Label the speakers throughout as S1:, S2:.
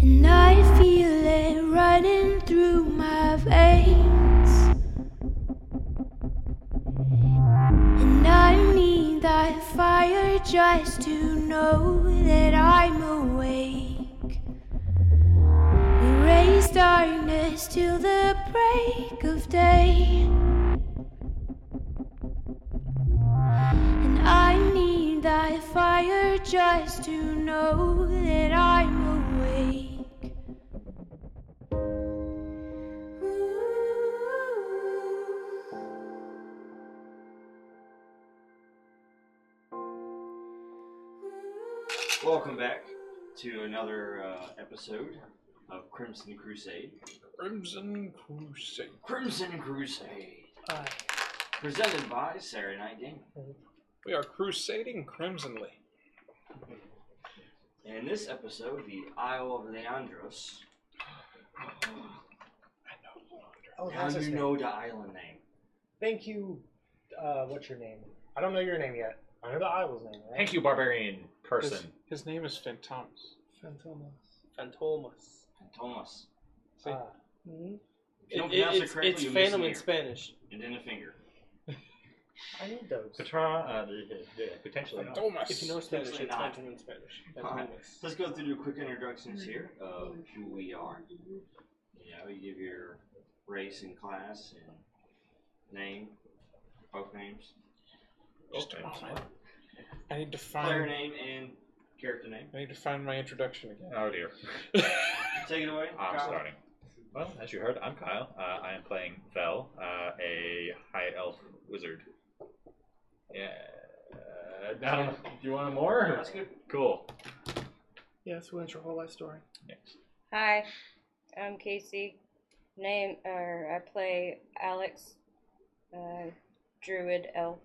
S1: And I feel it running through my veins. And I need that fire just to know that I'm awake. We raise darkness till the break of day. And I need that fire just to know that I'm awake.
S2: Welcome back to another uh, episode of Crimson Crusade.
S3: Crimson Crusade.
S2: Crimson Crusade,
S4: Uh,
S3: Aye.
S2: presented by Saturday Night Gaming.
S3: We are crusading crimsonly.
S2: And in this episode, the Isle of Leandros.
S3: I know Leandro.
S4: Oh,
S2: Now
S4: that's his
S2: you
S4: name.
S2: know the island name.
S4: Thank you. Uh, what's your name? I don't know your name yet. I know the Isle's name, right?
S5: Thank you, barbarian person.
S3: His, his name is Phantomas.
S6: Fantomas.
S2: Fantomas.
S3: See,
S4: Uh,
S2: If you
S6: It-
S2: don't
S6: it-
S2: pronounce it,
S6: it's
S2: correctly,
S6: it's
S2: you miss
S6: phantom
S2: an
S6: in
S2: ear.
S6: Spanish.
S2: And then a finger.
S4: I need those.
S5: Patra, uh, the- the- the- potentially. not.
S3: Phantomas.
S6: If you know Spanish, it's
S2: Definitely not.
S6: phantom in Spanish.
S2: Alright,
S6: Fantomas.
S2: Let's go through the quick introductions here of who we are. You know, you give your race and class and name, both names,
S3: Just a moment. I need to
S2: player
S3: find.
S2: name, and character name.
S3: I need to find my introduction again.
S5: Oh dear.
S2: Take it away.
S5: Ah, I'm
S2: Kyle.
S5: starting. Well, as you heard, I'm Kyle. Uh, I am playing Vel, uh, a high elf wizard. Yeah. Uh, I don't know. Do you want more?
S2: That's good.
S5: Cool.
S6: Yes, we want your whole life story.
S7: Hi, I'm Casey. Name or I play Alex, uh, Druid Elf.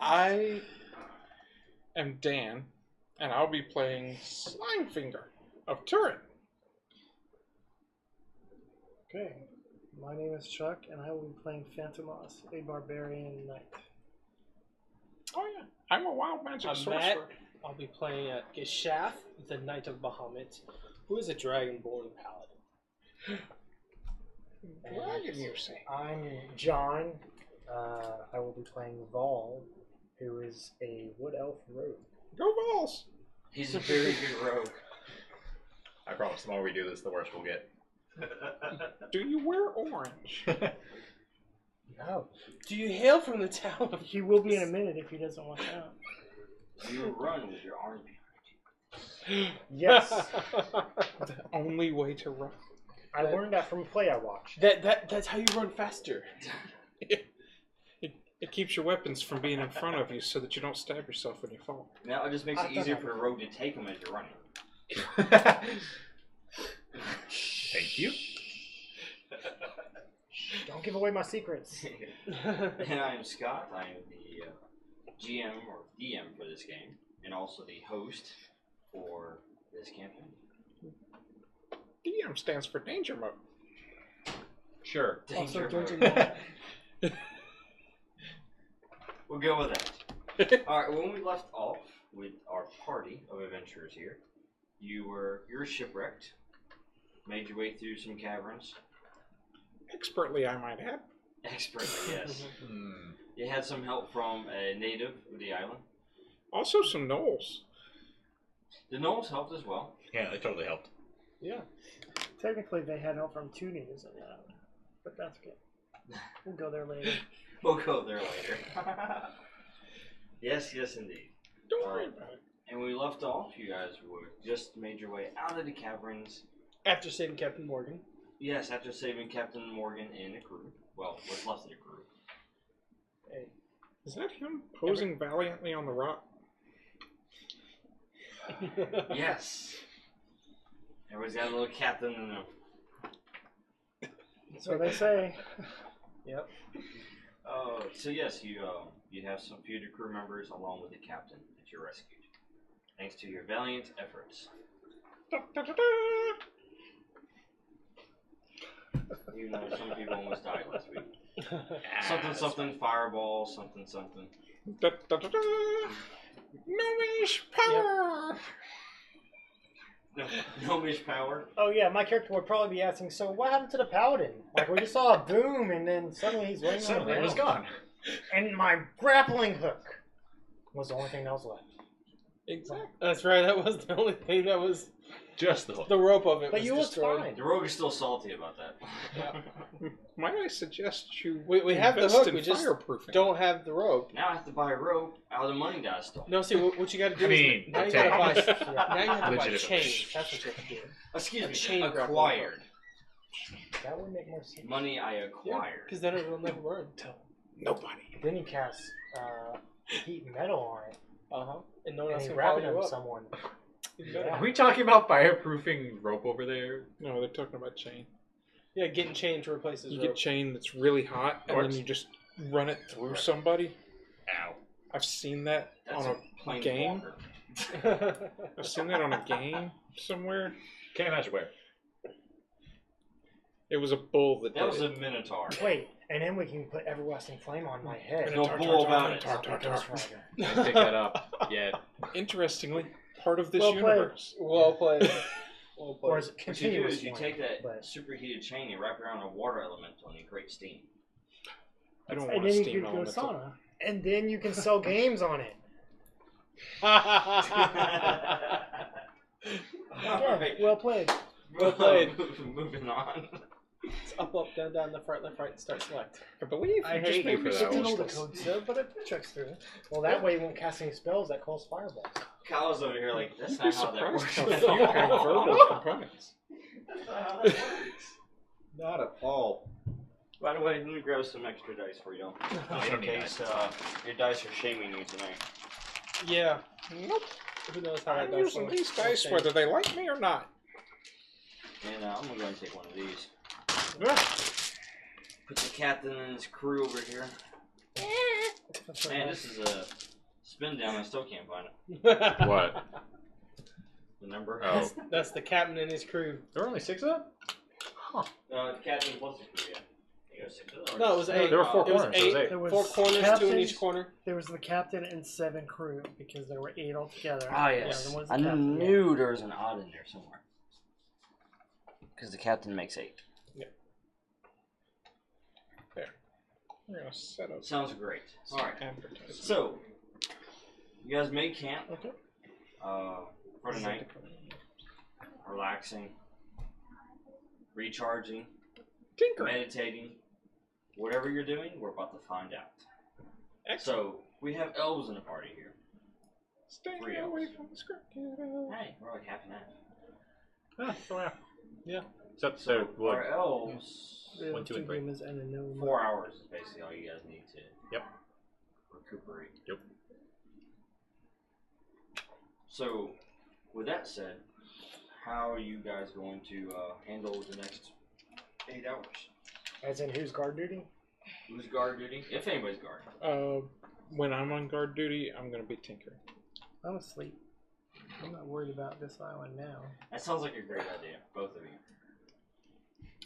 S3: I am Dan, and I'll be playing Slimefinger of Turin.
S4: okay. My name is Chuck, and I will be playing Phantomas, a barbarian knight.
S3: Oh yeah, I'm a wild magic
S6: I'm
S3: sorcerer.
S6: Matt. I'll be playing uh, Geshath, the Knight of Bahamut, who is a dragonborn paladin.
S3: Dragon, you say?
S4: I'm John. Uh, I will be playing Vol, who is a wood elf rogue.
S3: Go balls!
S2: He's a very good rogue.
S5: I promise the more we do this, the worse we'll get.
S3: Do you wear orange?
S4: No.
S6: Do you hail from the town of
S4: He will be in a minute if he doesn't watch out.
S2: You run with your arms behind
S4: Yes.
S3: the only way to run.
S4: I learned that from a play I watched.
S6: that, that that's how you run faster.
S3: It keeps your weapons from being in front of you so that you don't stab yourself when you fall.
S2: you. Now it just makes
S4: I've
S2: it
S4: done
S2: easier
S4: that
S2: for the rogue to take him as you're running.
S5: Thank you.
S4: Don't give away my secrets.
S2: and I am Scott. I am the uh, GM or DM for this game, and also the host for this campaign.
S3: DM stands for danger mode.
S5: Sure.
S2: Danger
S6: Also, don't you
S2: mode.
S6: know-
S2: We'll go with that. All right. When we left off with our party of adventurers here, you were you were shipwrecked, made your way through some caverns,
S3: Expertly, I might add.
S2: expertly. Yes,
S5: Hmm.
S2: you had some help from a native of the island.
S3: Also, some gnolls.
S2: The gnolls helped as well.
S5: Yeah, that totally helped.
S4: Yeah. Technically, they had help from two news on that, but that's okay. We'll go there later.
S2: We'll go there later. yes, yes, indeed.
S3: Don't worry about it.
S2: And we left off. You guys were just made your way out of the caverns.
S6: After saving Captain Morgan,
S2: Yes, after saving Captain Morgan and the crew. Well, what's left of the crew.
S6: hey,
S3: Is that him posing valiantly on the rock?
S2: Yes. Everybody's got a little captain in them.
S4: So they say.
S2: Oh, so yes, you uh, you have some few of the crew members along with the captain that you rescued, thanks to your valiant efforts.
S3: Da, da, da, da.
S2: Even though some people almost died last week.
S5: Ah,
S2: Something, something, fireball, something, something.
S3: Da, da, da, da. Gnomish power.
S2: No, gnomish power.
S6: Oh yeah, my character would probably be asking, so what happened to the paladin? Like we just saw a boom and then suddenly he's laying on the
S5: Suddenly it was
S6: ground.
S5: gone.
S6: And my grappling hook was the only thing that was left.
S3: Exactly.
S8: That's right. That was the only thing that was
S5: Just the hook.
S8: the rope of it.
S6: But
S8: was
S6: you looked
S8: destroyed.
S6: fine.
S2: The rogue is still salty about that.
S3: Might I suggest you
S8: We- we have the
S3: invest
S8: hook,
S3: in
S8: we just
S3: fireproofing?
S8: Don't have the rope.
S2: now I have to buy a rope out of the money that I stole.
S8: No, see what, what you got to do.
S5: I
S8: is-
S5: mean,
S8: now you
S5: okay.
S8: got to buy.
S6: Yeah,
S8: Now you have to buy
S5: Legitimately.
S8: change. That's what you have to do.
S2: Excuse
S8: A
S2: me.
S8: chain grapple hook.
S2: acquired
S6: that would make more sense.
S2: money. I acquired.
S8: Because then it will never burn.
S3: Nobody.
S6: Then he casts uh, heat metal on it.
S8: Uh huh. And no one
S6: And
S8: else
S6: he
S8: can
S6: wrapped
S8: follow
S6: it on
S8: you up.
S6: someone.
S5: Are we talking about fireproofing rope over there?
S3: No, they're talking about chain.
S8: Yeah, getting chain to replace his
S3: You
S8: rope.
S3: get chain that's really hot, and then
S5: Works.
S3: you just run it through somebody.
S5: Ow.
S3: I've seen that
S2: That's
S3: on
S2: a
S3: a
S2: plain
S3: game?
S2: walker.
S3: I've seen that on a game somewhere.
S5: Can't imagine where.
S3: It was a bull that,
S2: That
S3: did
S2: was a
S3: it.
S2: minotaur.
S6: Wait, and then we can put everlasting flame on my head.
S2: No
S3: Tar, tar,
S2: bull
S3: tar,
S2: about it.
S3: tar, tar, tar.
S6: Ghost Rider.
S5: Didn't pick that up yet.
S3: Interestingly, part of this
S4: Well played.
S3: universe.
S8: Well played. Well
S6: Or
S8: played.
S6: is it
S2: What you do
S6: continuous
S2: is you
S6: flame?
S2: take that
S6: but-
S2: superheated chain, you wrap it around a water elemental, and you create steam.
S3: I don't
S4: And
S3: want
S4: then
S3: to
S4: you could
S3: steam
S4: go
S3: elemental.
S4: sauna.
S6: And then you can sell games on it.
S2: All right.
S4: Yeah, well played.
S8: well played.
S2: Moving on.
S8: It's up, up, down, down, left, right, left, right, start, select.
S3: I believe
S6: I
S3: you just
S6: hate
S3: made
S5: you
S3: me
S5: for
S6: I
S5: that
S3: some
S5: one.
S6: did all the
S3: useless.
S6: code stuff, but it checks through. Well, that way you won't cast any spells that cause fireballs.
S2: Kyle's over here like, that's
S3: You'd
S2: not
S3: be
S2: how that
S3: surprised
S2: works.
S3: how few have verbal components.
S2: That's not how that works. Not at all. By the way, let me grab some extra dice for you.
S5: I
S2: In
S5: don't need
S2: case uh, your dice are shaming you tonight.
S8: Yeah.
S3: Nope.
S8: Who knows how that
S3: I'm
S8: dice
S3: using
S8: works.
S3: these dice
S8: Okay.
S3: whether they like me or not.
S2: And uh, I'm gonna go ahead and take one of these.
S3: Ah,
S2: Put the captain and his crew over here. Man, this is a spin down. I still can't find it.
S5: What?
S2: The number.
S5: Oh.
S8: That's the captain and his crew.
S5: There were only six of them?
S2: Uh, captain plus his crew, yeah. You go six of those.
S8: No, it was eight.
S5: there were four
S8: it was
S5: corners, so it
S8: eight.
S5: was eight.
S4: There was
S8: Four corners, two in each
S4: captains-
S8: corner.
S4: There was the captain and seven crew because there were eight altogether.
S2: Ah,
S4: Yeah,
S2: yes.
S4: there was the
S2: I
S4: captain.
S2: knew there was an odd in there somewhere. Because the captain makes eight.
S3: We're gonna set up
S2: Sounds great.
S3: some
S2: All right.
S3: advertising.
S2: So, you guys make camp.
S4: Okay.
S2: Uh, for tonight, relaxing, recharging,
S3: Tinker.
S2: meditating, whatever you're doing, we're about to find out.
S3: Excellent.
S2: So, we have elves in the party here.
S3: Stay
S2: three
S3: away
S2: elves.
S3: from the script. Well,
S2: Hey, we're like half an hour.
S5: Yeah, oh, yeah.
S8: Yeah.
S5: Except there wood.
S2: Our elves,
S4: There
S5: One,
S4: were
S5: two,
S4: two
S5: and three.
S4: humans and a gnome.
S2: four hours is basically all you guys need to.
S5: Yep.
S2: Recuperate.
S5: Yep.
S2: So, with that said, how are you guys going to uh, handle the next eight hours?
S6: As in, who's guard duty?
S2: Who's guard duty? If anybody's guard.
S3: Uh, when I'm on guard duty, I'm gonna be Tinker.
S4: I'm asleep. I'm not worried about this island now.
S2: That sounds like a great idea, both of you.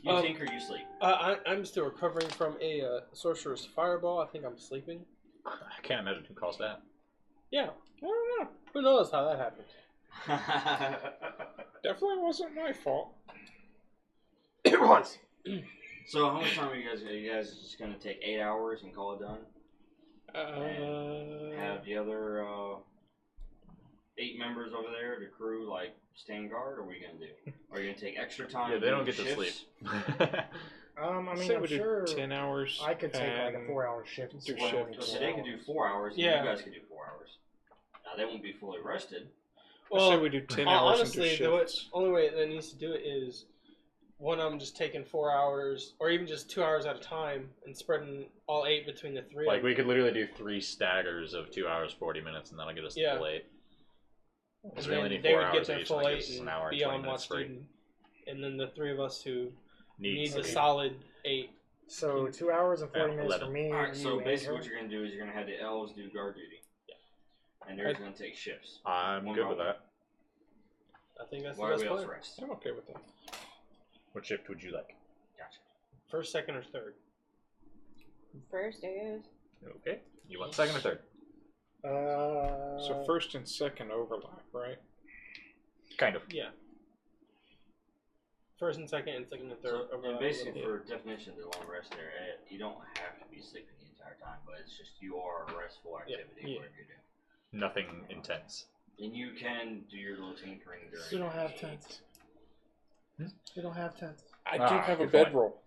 S2: You
S8: Um,
S2: tinker, you sleep.
S8: Uh, I, I'm still recovering from a uh, sorcerer's fireball. I think I'm sleeping.
S5: I can't imagine who caused that.
S8: Yeah, I don't know. Who knows how that happened?
S3: Definitely wasn't my fault.
S8: It was.
S2: so how much time are you guys? Are you guys just gonna take eight hours and call it done?
S3: Uh,
S2: Have the other uh, eight members over there, the crew, like stand guard? Or what are you gonna do? Are you gonna take extra time?
S5: Yeah, they don't
S2: do
S5: get to
S2: shifts?
S5: sleep. I
S6: Um, I
S3: I
S6: mean,
S3: say
S6: I'm
S3: we do
S6: sure
S3: ten hours.
S6: I could take like a
S3: and-
S6: four-hour shift. and
S3: do
S6: split it
S3: shift.
S6: into
S2: So
S6: two
S2: they could do
S6: hours.
S2: four hours. and
S8: Yeah.
S2: You guys could do four hours. Now they won't be fully rested.
S3: I say
S8: Well,
S3: we do ten
S8: uh,
S3: hours
S8: honestly,
S3: into
S8: the way,
S3: shifts.
S8: only way that needs to do it is one of them just taking four hours, or even just two hours at a time, and spreading all eight between the three.
S5: like,
S8: of
S5: we could literally do three staggers of two hours, 40 minutes, and that'll get us to
S8: Yeah.
S5: full eight.
S8: them.
S5: Because we
S8: And then
S5: only need
S8: they
S5: four
S8: would get
S5: hours
S8: their
S5: each,
S8: full
S5: and that
S8: eight
S5: gives us
S8: and
S5: an hour and
S8: be
S5: 20
S8: on
S5: minutes
S8: watch
S5: free.
S8: duty. And then the three of us who need
S5: Needs.
S8: the solid eight.
S6: So two hours and forty
S5: Yeah,
S6: minutes for
S5: eleven.
S6: me.
S2: All right.
S6: you,
S2: So
S6: and
S2: basically,
S6: her.
S2: what you're gonna do is you're gonna have the elves do guard duty. And they're
S8: I-
S2: gonna take shifts.
S5: I'm
S2: One
S5: good with
S2: hour.
S5: that.
S8: I think that's the
S2: Why are
S8: best
S2: we
S8: plan.
S2: else rest?
S3: I'm okay with that.
S5: What shift would you like?
S2: Gotcha.
S8: First, second, or third.
S7: First, I guess.
S5: Okay. You want second or third?
S4: Uh,
S3: So first and second overlap, right?
S5: Kind of.
S8: Yeah. First and second, and second and third.
S2: So,
S8: overlap
S2: and
S8: a little
S2: basically,
S8: bit.
S2: for definition of the long rest there, eh, you don't have to be sleeping the entire time, but it's just you are a restful
S8: Yeah,
S2: activity
S8: yeah.
S2: whatever you're doing.
S5: Nothing intense.
S2: And you can do your little tinkering during.
S4: we don't
S2: that.
S4: have tents.
S5: Hmm?
S4: We don't have tents.
S3: I do
S5: Ah,
S3: have a
S5: good point.
S3: bedroll.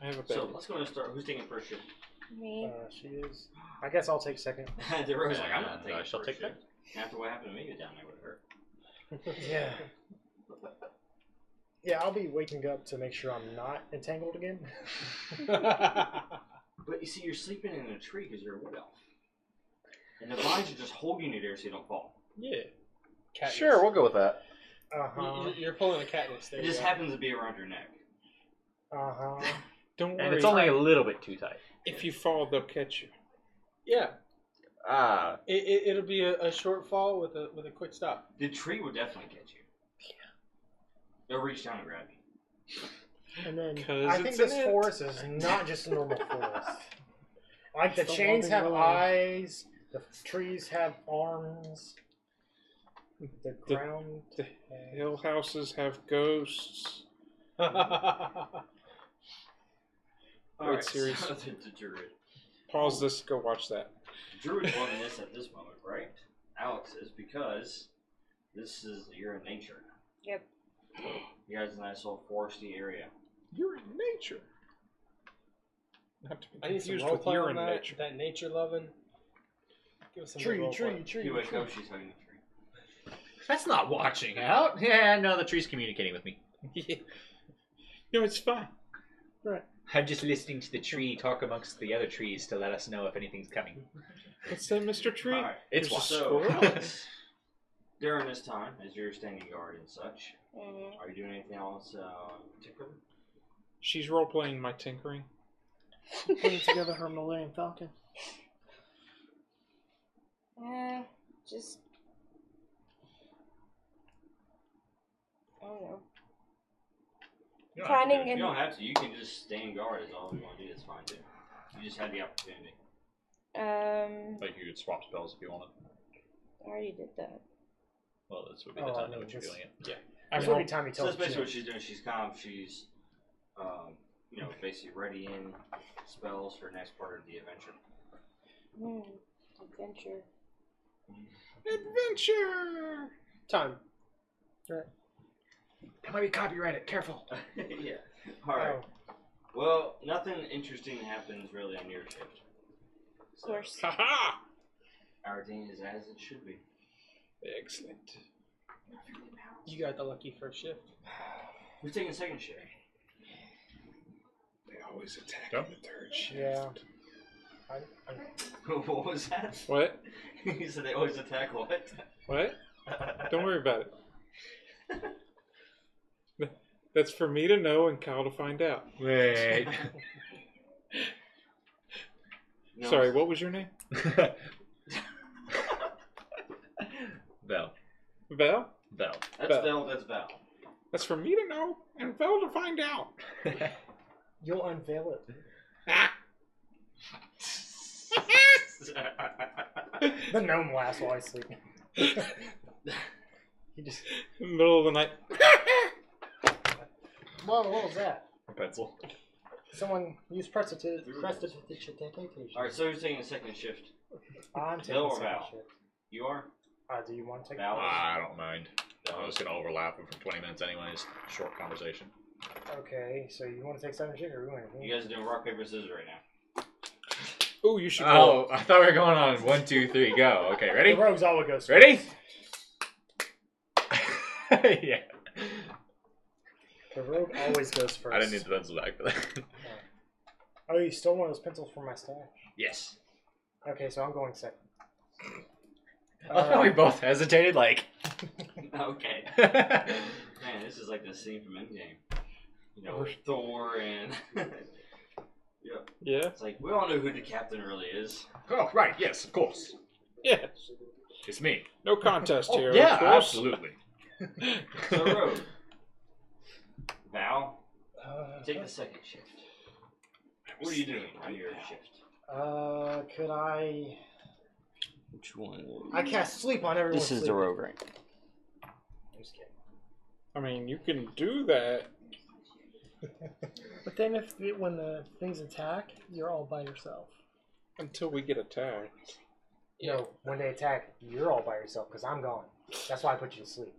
S3: I have
S2: So
S3: a bedroll.
S2: let's go and start. Who's taking first shift?
S6: Hmm?
S4: Uh,
S7: Me.
S4: she is. I guess I'll take second.
S2: DeRoe's like, I'm
S5: Uh,
S2: not taking.
S5: I shall
S2: first
S5: take that.
S2: shift. After what happened to me down there with her.
S4: Yeah. Yeah, I'll be waking up to make sure I'm not entangled again.
S2: But you see, you're sleeping in a tree because you're a wood elf, and the vines are just holding you there so you don't fall.
S8: yeah. Katniss.
S5: Sure, we'll go with that.
S4: Uh
S6: Uh-huh,
S4: huh.
S8: You- You're pulling a Katniss. There
S2: It
S8: you
S2: just
S8: go.
S2: happens to be around your neck.
S4: Uh huh.
S6: uh-huh.
S3: Don't worry.
S5: And it's only a little bit too tight.
S3: if you fall, they'll catch you.
S8: Yeah.
S5: Ah,
S8: It, it, it'll be a, a short fall with a with a quick stop.
S2: The tree will definitely catch you. Yeah. They'll reach down and grab you.
S4: And then
S3: 'Cause
S4: I think
S3: it's
S4: this
S3: an ant.
S4: forest is not just a normal forest. Like the
S6: It's the
S4: chains
S6: one
S4: have
S6: below.
S4: eyes, the trees have arms, the
S3: The-
S4: ground.
S3: The hill houses have ghosts. Wait,
S2: Alright,
S3: serious?
S2: So the, the druid.
S3: Pause this. Go watch that.
S2: Druid's loving this at this moment, right? Alex is because this is you're in nature.
S7: Yep.
S2: You guys in that nice little foresty area.
S3: You're in nature. Not to be
S8: I need some
S3: confused
S8: role
S3: with
S8: play
S3: you're
S8: on
S3: in
S8: that.
S3: nature.
S8: That nature loving. Give us some
S4: Tree,
S8: roleplay.
S4: tree, tree,
S2: You wake
S4: tree.
S2: up, she's hugging the tree.
S5: that's not watching out. Yeah, no, the tree's communicating with me.
S3: Yeah. No, it's fine.
S5: I'm just listening to the tree talk amongst the other trees to let us know if anything's coming.
S3: What's that, Mr. Tree?
S2: Alright,
S5: It's
S3: There's a
S5: watching.
S2: so
S3: squirrel.
S2: Alex, during this time, as you're standing guard and such,
S7: hmm
S2: are you doing anything else uh, in particular?
S3: She's role playing my tinkering.
S4: Putting together her Malayan falcon.
S7: Uh, just. I don't know.
S5: You don't have to do
S7: Planning
S5: it.
S2: You don't
S7: and
S2: have to. You can just stand guard. Is all you want to do. That's fine too. You just had the opportunity.
S7: um,
S5: Like you could swap spells if you wanted.
S7: I already did that.
S5: Well, this would be
S4: Oh,
S5: the
S4: I
S5: time
S4: know,
S5: in which you're
S4: just-
S5: doing it.
S3: I'm
S4: That's
S3: role-
S4: every time he
S2: So
S4: tells
S2: that's basically
S4: you.
S2: what she's doing. She's calm. She's, um, you know, basically readying spells for next part of the adventure.
S7: Hmm. Adventure.
S3: adventure.
S8: Time.
S5: That might be copyrighted. Careful.
S2: yeah. All right.
S3: Oh.
S4: Oh,
S2: Well, nothing interesting happens really on your shift.
S7: Of course.
S5: Uh,
S3: Ha ha!
S2: Everything is as it should be.
S3: Excellent.
S8: You got the lucky first shift.
S2: Who's taking second shift?
S3: They always attack
S5: Go.
S3: on the third shift.
S4: Yeah.
S2: what was that?
S3: What?
S2: he said they always attack what?
S3: What? Don't worry about it. Th- That's for me to know and Kyle to find out.
S5: Wait.
S2: No,
S3: Sorry, what was your name?
S5: Vel.
S3: Val?
S5: Vel.
S2: That's
S3: Val.
S2: Val. That's Val.
S3: That's for me to know and Val to find out.
S4: You'll unveil it.
S3: Ah!
S4: The gnome laughs while I sleep. he just.
S3: In the middle of the night.
S4: Whoa, what was that?
S5: Pencil.
S4: Someone used precipitation.
S2: All right. So who's taking the second shift?
S4: I'm taking
S2: Bill or
S4: second
S2: Val?
S4: shift.
S2: You are.
S4: Uh, do you want to take
S2: Val.
S5: I don't mind. I'm just gonna overlap it for 20 minutes anyways. Short conversation.
S4: Okay, so you want to take second shift or you want to?
S2: You guys are doing rock paper scissors right now.
S3: Oh, you should roll.
S5: Oh, I thought we were going on one, two, three, go. Okay,
S4: The
S5: ready?
S4: rogues always goes. first.
S5: Ready? yeah.
S4: The rogue always goes first.
S5: I didn't need the pencil back for that.
S4: Oh, you stole one of those pencils from my stash.
S5: yes.
S4: Okay, so I'm going second.
S5: I love how we
S4: Uh,
S5: both hesitated, like.
S2: Okay.
S5: yeah,
S2: Man, this is like the scene from Endgame. You know, with Thor and. yep.
S3: Yeah?
S2: It's like, we all know who the captain really is.
S5: Oh, right, yes, of course.
S3: Yeah.
S5: It's me.
S3: No contest here.
S5: Oh, yeah,
S3: of course.
S5: absolutely.
S2: So, Rogue. Val,
S8: Uh,
S2: take the second shift. What are you doing on your shift?
S4: Uh, could I?
S9: Which one?
S4: I cast sleep on everyone.
S9: This is the rogue rank.
S3: I mean, you can do that.
S10: But then if it, when the things attack, you're all by yourself.
S3: Until we get attacked.
S4: No, when they attack, you're all by yourself because I'm gone. That's why I put you to sleep.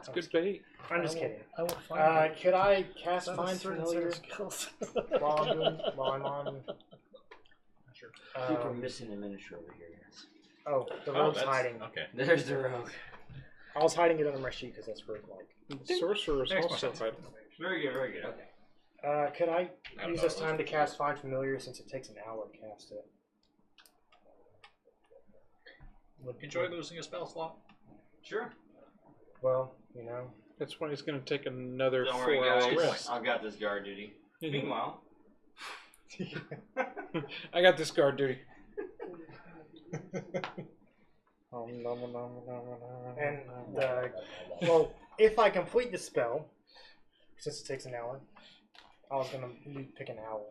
S3: It's good bait.
S4: I'm just
S10: I won't-
S4: kidding.
S10: I won't find
S4: Uh,
S10: you.
S4: could I cast
S10: Not a
S4: Find
S10: certain
S4: Familiar
S10: set of skills.
S4: while I'm doing while I'm on?
S2: People are
S4: Um,
S2: missing a miniature over here.
S4: oh, the
S5: Oh,
S4: rogue's
S5: that's-
S4: hiding.
S5: Okay.
S2: There's the rogue.
S4: I was hiding it under my sheet because that's rogue-like.
S3: Sorcerers
S5: Next
S3: also
S5: question.
S3: had.
S2: Very good, very good. Okay.
S4: Uh, could I
S5: I don't
S4: use this
S5: know, it was-
S4: time to cast Find Familiar since it takes an hour to cast it? Would-
S5: Enjoy losing a spell slot.
S2: Sure.
S4: Well, you know,
S3: That's why it's going to take another
S2: Don't worry,
S3: four hours
S2: guys.
S3: rest.
S2: I've got this guard duty. Meanwhile,
S3: I got this guard duty. Om nom nom nom nom nom
S4: and
S3: nom.
S4: the well, if I complete the spell, since it takes an hour, I was gonna u- pick an hour.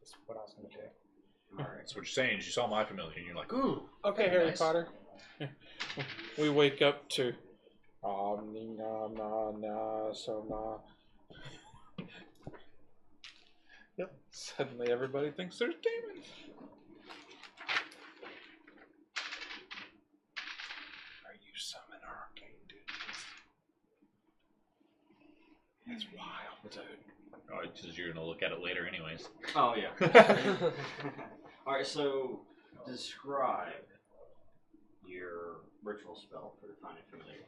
S4: That's what I was gonna do.
S5: That's what you're saying. Is you saw my familiar, and you're like, ooh.
S8: Okay, Harry
S5: Nice.
S8: Potter.
S3: we wake up to. Om ni na na na so na. Yep. Suddenly everybody thinks there's demons. Are you summon arcane demons? That's wild, dude.
S5: Oh, because you're gonna look at it later, anyways.
S2: oh yeah. All right. So describe your ritual spell for finding familiar.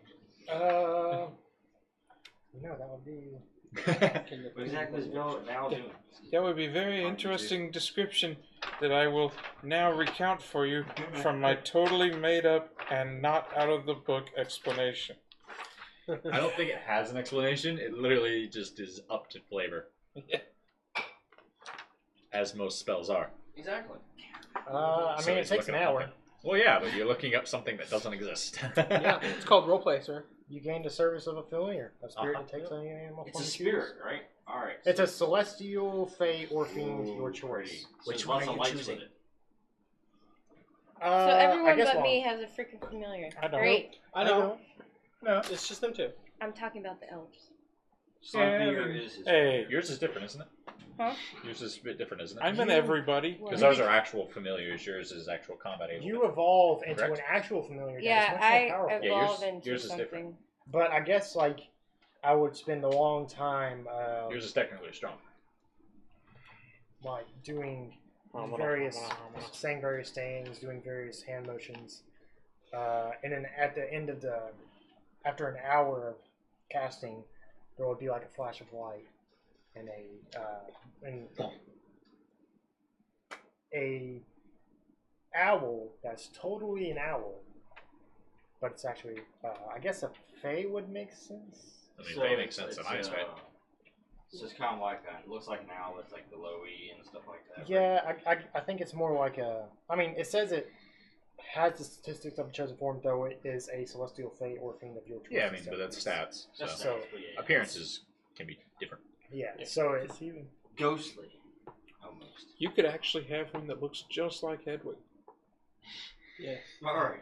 S4: Uh, you know that would be
S2: What exactly is Val Val doing?
S3: That would be a very interesting description that I will now recount for you from my totally made up and not out of the book explanation.
S5: I don't think it has an explanation. It literally just is up to flavor, as most spells are.
S2: Exactly.
S4: Uh, I
S5: So
S4: mean, it
S5: he's
S4: takes an
S5: looking up
S4: hour.
S5: nothing. Well, yeah, but you're looking up something that doesn't exist.
S8: Yeah, it's called roleplay, sir.
S4: You gain the service of a familiar, a spirit
S5: Uh-huh.
S4: that takes any animal
S2: It's a
S4: form you
S2: spirit,
S4: choose.
S2: right? All right.
S4: It's a celestial, fey, or fiend,
S2: Ooh,
S4: your
S2: pretty.
S4: choice.
S2: So
S5: Which
S2: there's
S5: one
S2: lots
S5: are
S2: of
S5: you
S2: lights with
S5: choosing?
S2: it.
S4: Uh,
S7: so
S4: I
S7: everyone
S4: guess
S7: but
S4: I'll-
S7: me has a freaking familiar.
S3: I don't.
S7: Great.
S8: I know.
S4: No.
S8: It's just them two.
S7: I'm talking about the elves.
S2: Something is. is
S3: Hey,
S5: Yours is different, isn't it?
S7: Huh?
S5: Yours is a bit different, isn't it?
S3: I'm an everybody.
S5: Because
S7: What?
S5: ours are actual familiars. Yours is actual combat. able.
S4: You evolve into
S5: Correct.
S4: an actual familiar. that is
S7: Yeah,
S4: much more
S7: I
S4: powerful.
S5: Yeah, yours-
S7: evolve into
S5: yours is different.
S7: something.
S4: But I guess like I would spend a long time uh,
S5: Yours is technically strong.
S4: like doing various saying various things, doing various hand motions, uh, and then at the end of the after an hour of casting, there would be like a flash of light and a uh, and a owl that's totally an owl, but it's actually uh, I guess a fey would make sense.
S5: I mean,
S2: so
S5: they make
S2: it's-
S5: sense in
S2: it's,
S5: hindsight.
S2: uh, So it's kind of like that. It looks like an owl with like the low E and stuff like that. right?
S4: Yeah, I, I, I think it's more like a. I mean, it says it has the statistics of a chosen form, though it is a celestial fate or fiend of your choice.
S5: Yeah, I mean,
S4: so-
S5: but that's stats. So
S2: That's
S4: So,
S2: nice, but yeah,
S5: appearances can be different.
S4: Yeah, so it's
S10: Deceiving.
S2: it's Ghostly, almost.
S3: You could actually have one that looks just like Hedwig.
S8: Yes.
S2: All right.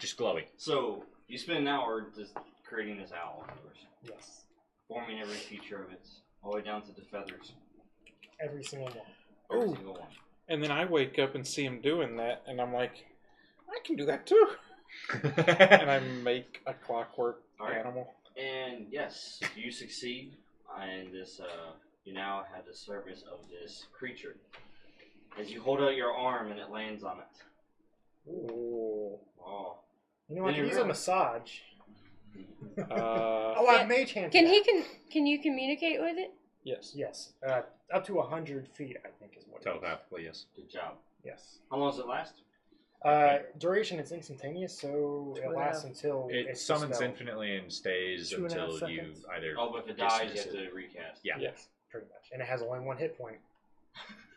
S5: Just glowy.
S2: So you spend an hour just creating this owl, of course,
S4: yes,
S2: forming every feature of it, all the way down to the feathers,
S4: every single one.
S2: every
S3: Ooh.
S2: single one.
S3: And then I wake up and see him doing that, and I'm like, I can do that too. And I make a clockwork
S2: All right.
S3: animal.
S2: And yes, you succeed, and this uh, you now have the service of this creature. As you hold out your arm and it lands on it. Oh.
S4: You know, what?
S2: Did
S4: I could
S2: you
S4: use a
S2: really?
S4: massage.
S3: Uh,
S4: Oh, I
S7: Yeah.
S4: have mage hand.
S7: Can
S4: now.
S7: he can can you communicate with it?
S3: yes.
S4: Yes, uh, up to hundred feet, I think is what. it is.
S5: Telepathically, yes.
S2: Good job.
S4: Yes.
S2: How long does it last?
S4: Uh, duration is instantaneous, so
S10: Two
S4: it
S10: and a
S4: lasts
S10: half.
S4: until
S5: It
S4: it's
S5: summons
S4: dispelled,
S5: infinitely and stays
S10: Two and a half
S5: until you
S10: seconds.
S5: either.
S2: Oh, but if it dies, you
S5: dismiss
S2: have to recast.
S5: Yeah.
S3: Yes.
S4: pretty much, and it has only one hit point.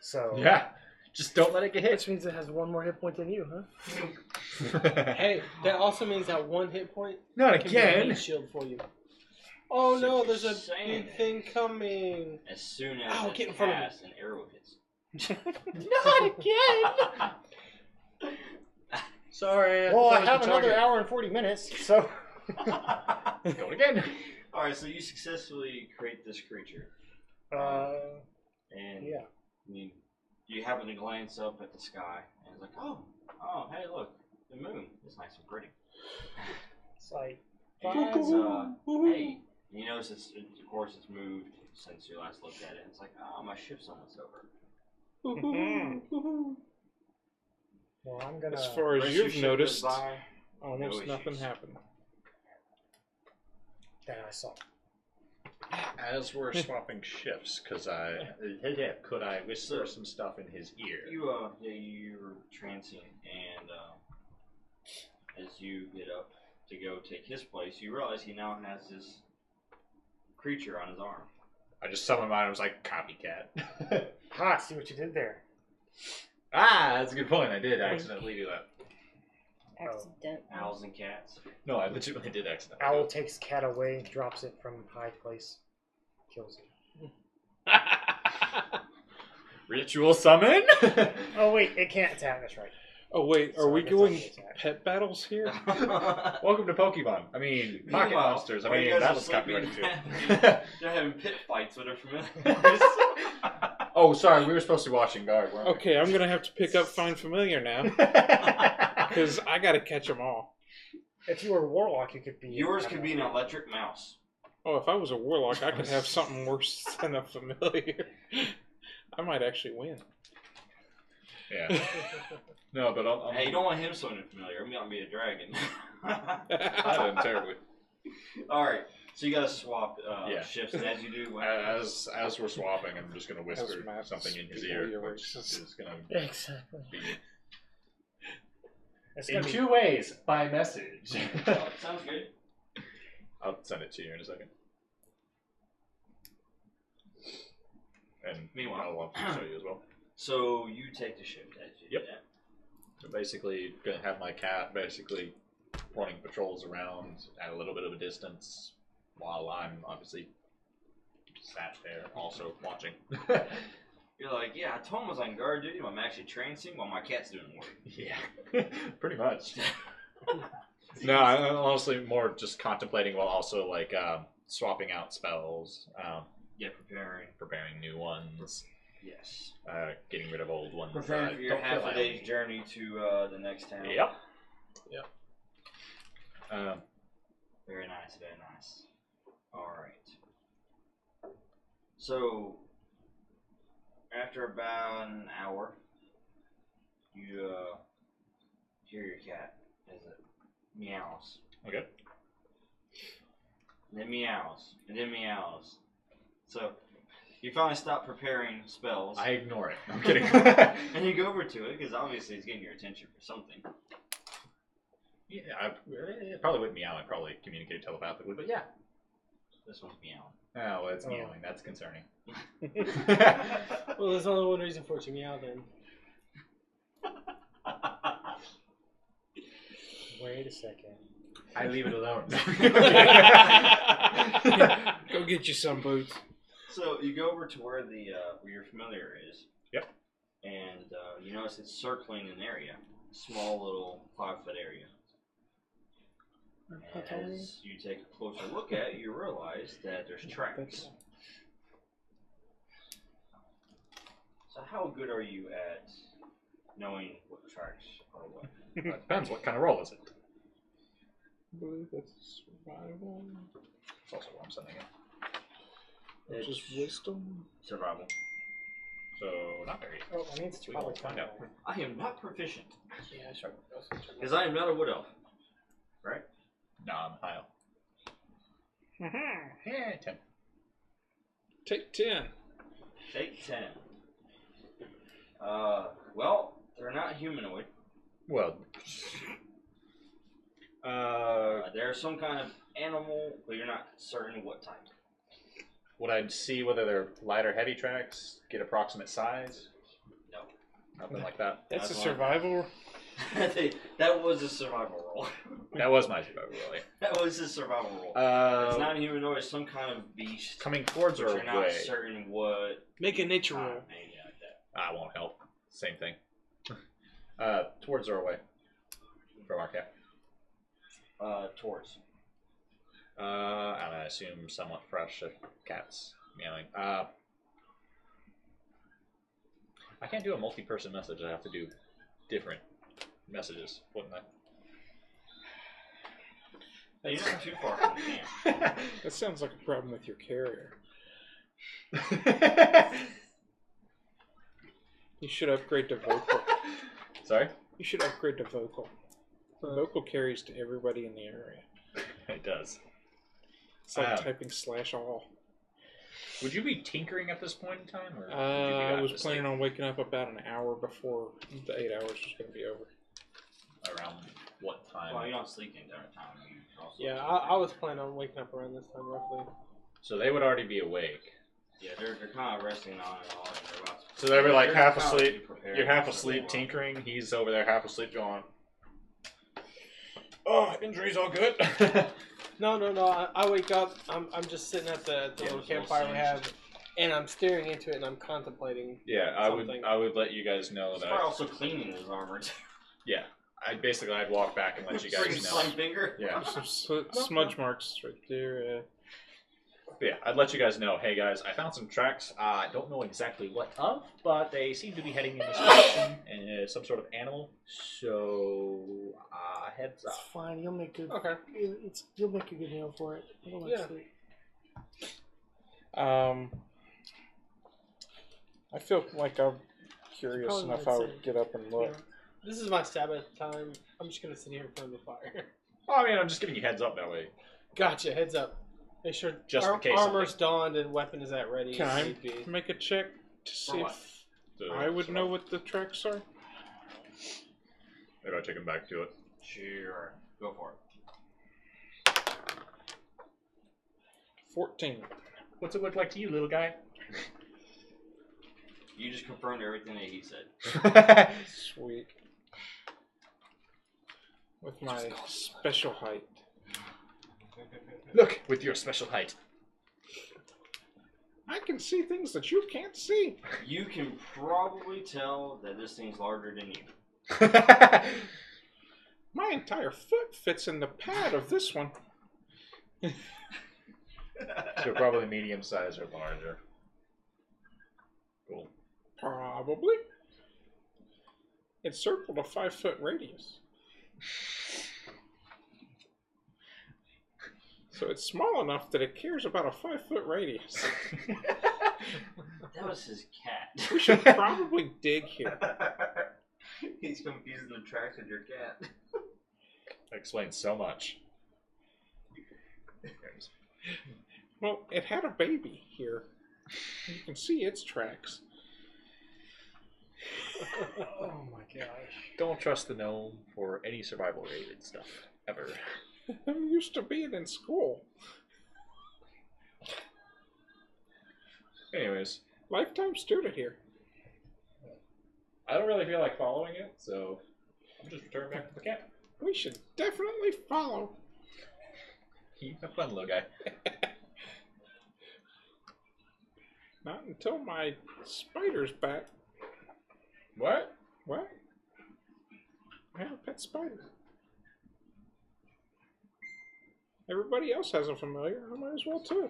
S4: So
S5: Yeah. Just don't let it get hit.
S10: Which means it has one more hit point than you, huh?
S8: Hey, that also means that one hit point
S5: Not
S8: can be a
S5: again.
S8: heat shield for you. Oh no,
S2: Since
S8: there's
S2: you're
S8: a
S2: saying
S8: big
S2: it,
S8: thing coming.
S2: As soon as
S8: Ow,
S2: it
S8: get in front of me.
S2: casts, an arrow hits.
S7: Not again.
S8: Sorry.
S11: Well,
S8: thought
S11: I
S8: it was
S11: have
S8: the
S11: another
S8: target.
S11: hour and 40 minutes, so.
S5: Going again.
S2: All right, so you successfully create this creature,
S11: Uh,
S2: and
S11: yeah.
S2: you, you happen to glance up at the sky, and it's like, oh, oh, hey, look, the moon is nice and pretty.
S4: It's like
S2: And it's, uh, hey, you notice it's, it's of course it's moved since you last looked at it. It's like, oh, my shift's almost over.
S11: Well, I'm gonna.
S3: As far as
S2: Raise your
S3: you've
S2: ship
S3: noticed,
S2: goodbye.
S3: almost
S2: no
S3: nothing
S2: issues.
S3: happened.
S11: That I saw.
S5: As we're swapping shifts, because I could I whisper some stuff in his ear.
S2: You uh, yeah, you're trancing, and um, as you get up to go take his place, you realize he now has this creature on his arm.
S5: I just summoned mine. I was like copycat.
S11: Ha! See what you did there.
S5: ah, that's a good point. I did accidentally do that.
S7: Oh. Accident.
S2: Owls and cats.
S5: No, I legitimately did accidentally.
S11: Owl takes cat away, drops it from high place, kills it.
S5: Ritual summon.
S11: Oh wait, it can't attack. That's right.
S3: Oh wait, are
S11: So I
S3: we
S11: guess I'll
S3: going
S11: get attacked.
S3: pet battles here?
S2: They're
S5: Welcome to Pokemon. I mean, Pocket
S2: Meanwhile,
S5: Monsters. I
S2: while you guys
S5: mean, that
S2: are
S5: was
S2: sleeping
S5: copyrighted too.
S2: back- having pit fights with their familiars.
S5: Yes. oh, sorry. We were supposed to be watching guard, weren't
S3: Okay, I'm gonna have to pick up Find Familiar now
S5: we?
S3: because I gotta catch them all.
S11: If you were a warlock, you could be.
S2: Yours
S11: I
S2: could
S11: don't
S2: be an
S11: know.
S2: electric mouse.
S3: Oh, if I was a warlock, I could have something worse than a familiar. I might actually win.
S5: yeah. No, but I'll, I'll
S2: Hey, you don't want him swimming familiar. I'm gonna be a dragon.
S5: I done terribly.
S2: All right, so you guys swap uh,
S5: Yeah.
S2: shifts, and as you do, what
S5: As as we're swapping, I'm just gonna
S3: As
S5: whisper
S3: Matt
S5: something in his
S3: speaks
S5: ear,
S3: your
S5: which
S3: voice.
S5: is gonna
S11: Exactly.
S5: be
S11: It's gonna be
S5: ways by message.
S2: Oh, sounds good.
S5: I'll send it to you in a second. And
S2: Meanwhile.
S5: I'll I'll show you as well.
S2: So you take the shift as you
S5: Yep.
S2: do that.
S5: I'm basically gonna have my cat basically running patrols around at a little bit of a distance while I'm obviously sat there also watching.
S2: You're like, yeah, I told him I was on guard duty, but I'm actually trancing while my cat's doing work.
S5: yeah, pretty much. no, I- I'm honestly more just contemplating while also like um, swapping out spells, um,
S2: Yeah, preparing.
S5: preparing new ones,
S2: Yes. Uh,
S5: uh, getting rid of old ones. that
S2: Preparing
S5: I
S2: for your
S5: don't feel
S2: half a
S5: I
S2: day's
S5: need.
S2: journey to uh, the next town.
S5: Yep. Um,
S2: Very nice, very nice. Alright. So, after about an hour, you uh, hear your cat as it meows.
S5: Okay.
S2: And then meows, and then meows. So, you finally stop preparing spells.
S5: I ignore it. I'm kidding.
S2: And you go over to it, because obviously it's getting your attention for something.
S5: Yeah, I, it probably wouldn't meow. I'd probably communicate telepathically, but yeah.
S2: This one's meowing.
S5: Oh, well, it's
S11: Oh.
S5: meowing. That's concerning.
S8: Well, there's only one reason for it to meow then.
S11: Wait a second.
S5: I leave it alone.
S3: Go get you some boots.
S2: So you go over to where the uh, where your familiar is.
S5: Yep.
S2: And uh, you notice it's circling an area, small little five foot area. And as you take a closer look at it, you realize that there's tracks. So how good are you at knowing what tracks are what?
S5: It depends. What kind of roll is it?
S3: I believe that's survival.
S5: That's also what I'm sending it.
S3: Or just wisdom.
S2: Survival.
S5: So not very.
S11: Oh, I need to
S5: We will
S11: probably
S5: find
S11: find
S5: out.
S11: out.
S2: I am not proficient
S8: Yeah, sure.
S2: because I am not a wood elf.
S5: No, I'm high. Yeah, Eh, ten.
S3: Take ten.
S2: Take ten. Uh, well, they're not humanoid.
S5: Well. Uh,
S2: Uh, they're some kind of animal, but you're not certain what type.
S5: would I see whether they're light or heavy tracks? Get approximate size?
S2: No.
S5: Nothing like that.
S3: That's a
S2: That's
S3: survival
S2: that was a survival roll.
S5: That was my survival roll. yeah.
S2: That was a survival roll.
S5: Uh,
S2: it's not humanoid, it's some kind of beast.
S5: coming towards
S2: but
S5: our
S2: you're not
S5: way.
S2: certain what.
S8: Make a nature
S2: Ah,
S8: roll.
S2: man, yeah, that-
S5: I Ah, won't help. Same thing. Uh, towards our way. From our cap.
S2: Uh, towards.
S5: Uh, and I assume somewhat fresh if cats meowing. Uh, I can't do a multi-person message. I have to do different messages, wouldn't
S2: You're not too far from the camp.
S3: That sounds like a problem with your carrier.
S5: I?
S3: You should upgrade to vocal.
S5: Sorry,
S3: You should upgrade to vocal. Vocal carries to everybody in the area.
S5: it does.
S3: It's like
S5: Ah.
S3: typing slash all.
S5: Would you be tinkering at this point in time,
S3: Uh,
S5: or would you be
S3: I was
S5: obviously
S3: planning on waking up about an hour before the eight hours was going to be over.
S5: around what time?
S2: Well, you don't sleep in during time. you also-
S8: Yeah, I, I was planning on waking up around this time roughly.
S5: So they would already be awake.
S2: Yeah, they're, they're kind of resting on and all. and they're about to-
S5: So they'd be like
S2: They're
S5: half
S2: probably
S5: asleep.
S2: prepared
S5: You're half
S2: for
S5: asleep
S2: the-
S5: tinkering. He's over there half asleep going. Oh, injury's all good.
S8: No, no, no. I, I wake up. I'm, I'm just sitting at the,
S2: Yeah, it's a
S8: the little
S2: little
S8: campfire we have,
S2: singed.
S8: and I'm staring into it and I'm contemplating.
S5: yeah, I would.
S8: Something.
S5: I would let you guys know
S2: He's
S5: that.
S2: probably
S5: I,
S2: also cleaning his armor. too.
S5: yeah, I basically I'd walk back and let you
S2: Freaking
S5: guys know.
S2: slime finger.
S5: Yeah,
S3: Some sl- smudge marks right there. Uh,
S5: yeah, I'd let you guys know. Hey guys, I found some tracks. Uh, I don't know exactly what of, but they seem to be heading in this direction, and uh, some sort of animal. So uh, heads
S4: It's
S5: up.
S4: fine. You'll make good.
S8: Okay.
S4: It's, you'll make a good meal for it. It'll look
S8: Yeah.
S4: sweet.
S3: Um, I feel like I'm curious
S4: Probably
S3: enough.
S4: would
S3: I
S4: say-
S3: would get up and look.
S8: This is my Sabbath time. I'm just gonna sit here in front of the fire.
S5: Well, I mean, I'm just giving you heads up that way.
S8: Gotcha. Heads up. Make sure
S5: Just in
S8: ar-
S5: case
S8: armor's donned and weapon is at ready. if
S3: Can I
S8: need be.
S3: Make a check to see
S2: what?
S3: if I would know what the tracks are.
S5: Maybe I take him back to it.
S2: Sure. Go for it.
S3: Fourteen.
S5: What's it look like to you, little guy?
S2: You just confirmed everything that he said.
S3: Sweet. With my special height.
S5: Look, with your special height.
S3: I can see things that you can't see.
S2: You can probably tell that this thing's larger than you.
S3: My entire foot fits in the pad of this one.
S5: so probably medium size or larger. Cool.
S3: Probably. It circled a five foot radius. So it's small enough that it cares about a five foot radius.
S2: That was his cat.
S3: We should probably dig here.
S2: He's confusing the tracks with your cat.
S5: That explains so much.
S3: Well, it had a baby here. You can see its tracks.
S4: Oh my gosh.
S5: Don't trust the gnome for any survival related stuff ever.
S3: There used to be it in school.
S5: Anyways,
S3: Lifetime student here.
S5: I don't really feel like following it, so I'm just returning back to the camp.
S3: We should definitely follow.
S5: You have fun, little guy.
S3: Not until my spider's back.
S5: What?
S3: What? I have a pet spider. Everybody else has a familiar. I might as well too.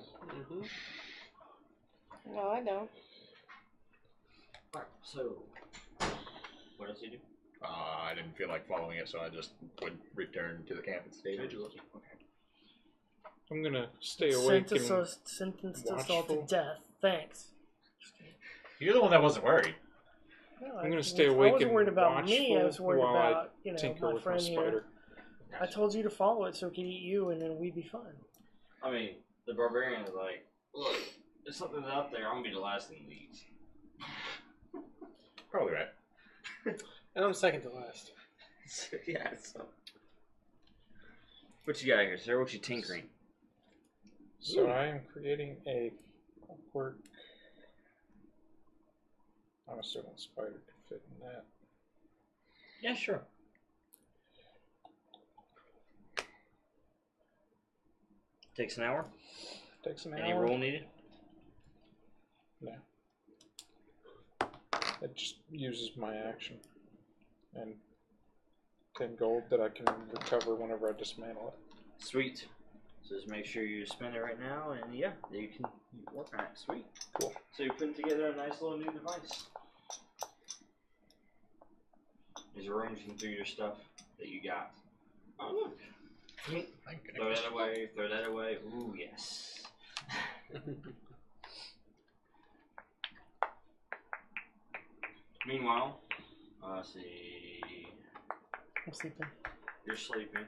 S7: No, I don't.
S2: Alright, so. What else you do?
S5: Uh, I didn't feel like following it, so I just would return to the camp and stay vigilant.
S3: I'm gonna stay awake
S4: Sentenced
S3: and
S4: us, sentenced us all to
S3: watchful.
S4: death. Thanks.
S5: You're the one that wasn't worried.
S4: No,
S3: I'm
S4: I
S3: gonna stay
S4: was-
S3: awake
S4: I wasn't
S3: and
S4: worried about me. I
S3: watchful
S4: was worried
S3: while I
S4: about you know
S3: tinker
S4: my
S3: with my
S4: friend here.
S3: spider.
S4: I told you to follow it so it could eat you, and then we'd be fine.
S2: I mean, the barbarian is like, look, there's something out there. I'm gonna be the last thing leaves.
S5: Probably right.
S8: And I'm second to last.
S2: yeah. So. What you got here, sir? What you tinkering?
S3: So I am creating a clockwork. I'm assuming spider could fit in that.
S5: Yeah, sure.
S2: Takes an hour.
S3: Takes an
S2: Any
S3: hour.
S2: roll needed?
S3: It just uses my action. And 10 gold that I can recover whenever I dismantle it.
S2: Sweet. So just make sure you spend it right now, and yeah, you can you can work on it. Sweet.
S3: Cool.
S2: So you're putting together a nice little new device. He's rummaging through your stuff that you got. Oh look. Throw that away. Throw that away. Ooh yes. Meanwhile, uh, let's see.
S11: I'm sleeping.
S2: You're sleeping.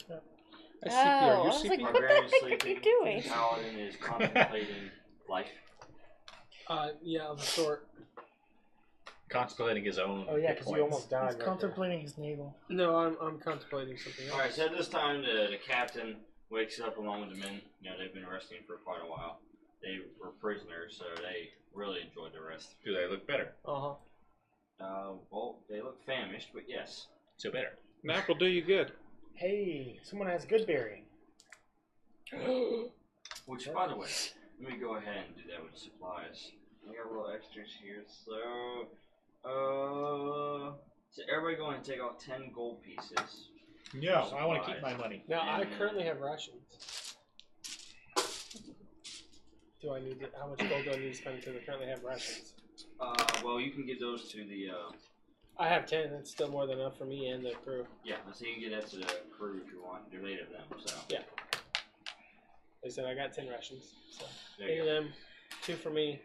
S7: I sleep here. Oh, You're I was sleeping. like, what the
S2: Barbarian is
S7: heck are you
S2: sleeping.
S7: doing?
S2: Paladin is contemplating life.
S8: Uh, yeah, of a sort.
S5: Contemplating his own.
S8: Oh, yeah,
S5: hit
S8: 'cause you
S5: points.
S8: almost died.
S11: He's
S8: right
S11: contemplating his navel.
S8: No, I'm, I'm contemplating something else.
S2: All right, so at this time, the, the captain wakes up along with the men. You know, they've been resting for quite a while. They were prisoners, so they really enjoyed the rest.
S5: Do they look better?
S8: Uh-huh.
S2: Uh, well, they look famished, but yes.
S5: So better.
S3: An apple do you good.
S11: Hey, someone has good berry.
S2: Which, by the way, let me go ahead and do that with supplies. I got little extras here, so uh, so everybody go ahead and take off ten gold pieces.
S5: No, I want to keep my money.
S8: Now, I
S2: And-
S8: currently have rations. Do I need to, how much gold do I need to spend because I currently have rations?
S2: Uh, well, you can give those to the uh,
S8: I have ten, that's still more than enough for me and the crew.
S2: yeah. So you can get that to the crew if you want. They're late of them, so
S8: Yeah. They said I got ten rations, so.
S2: there
S8: Eight
S2: you
S8: of
S2: go.
S8: them, two for me.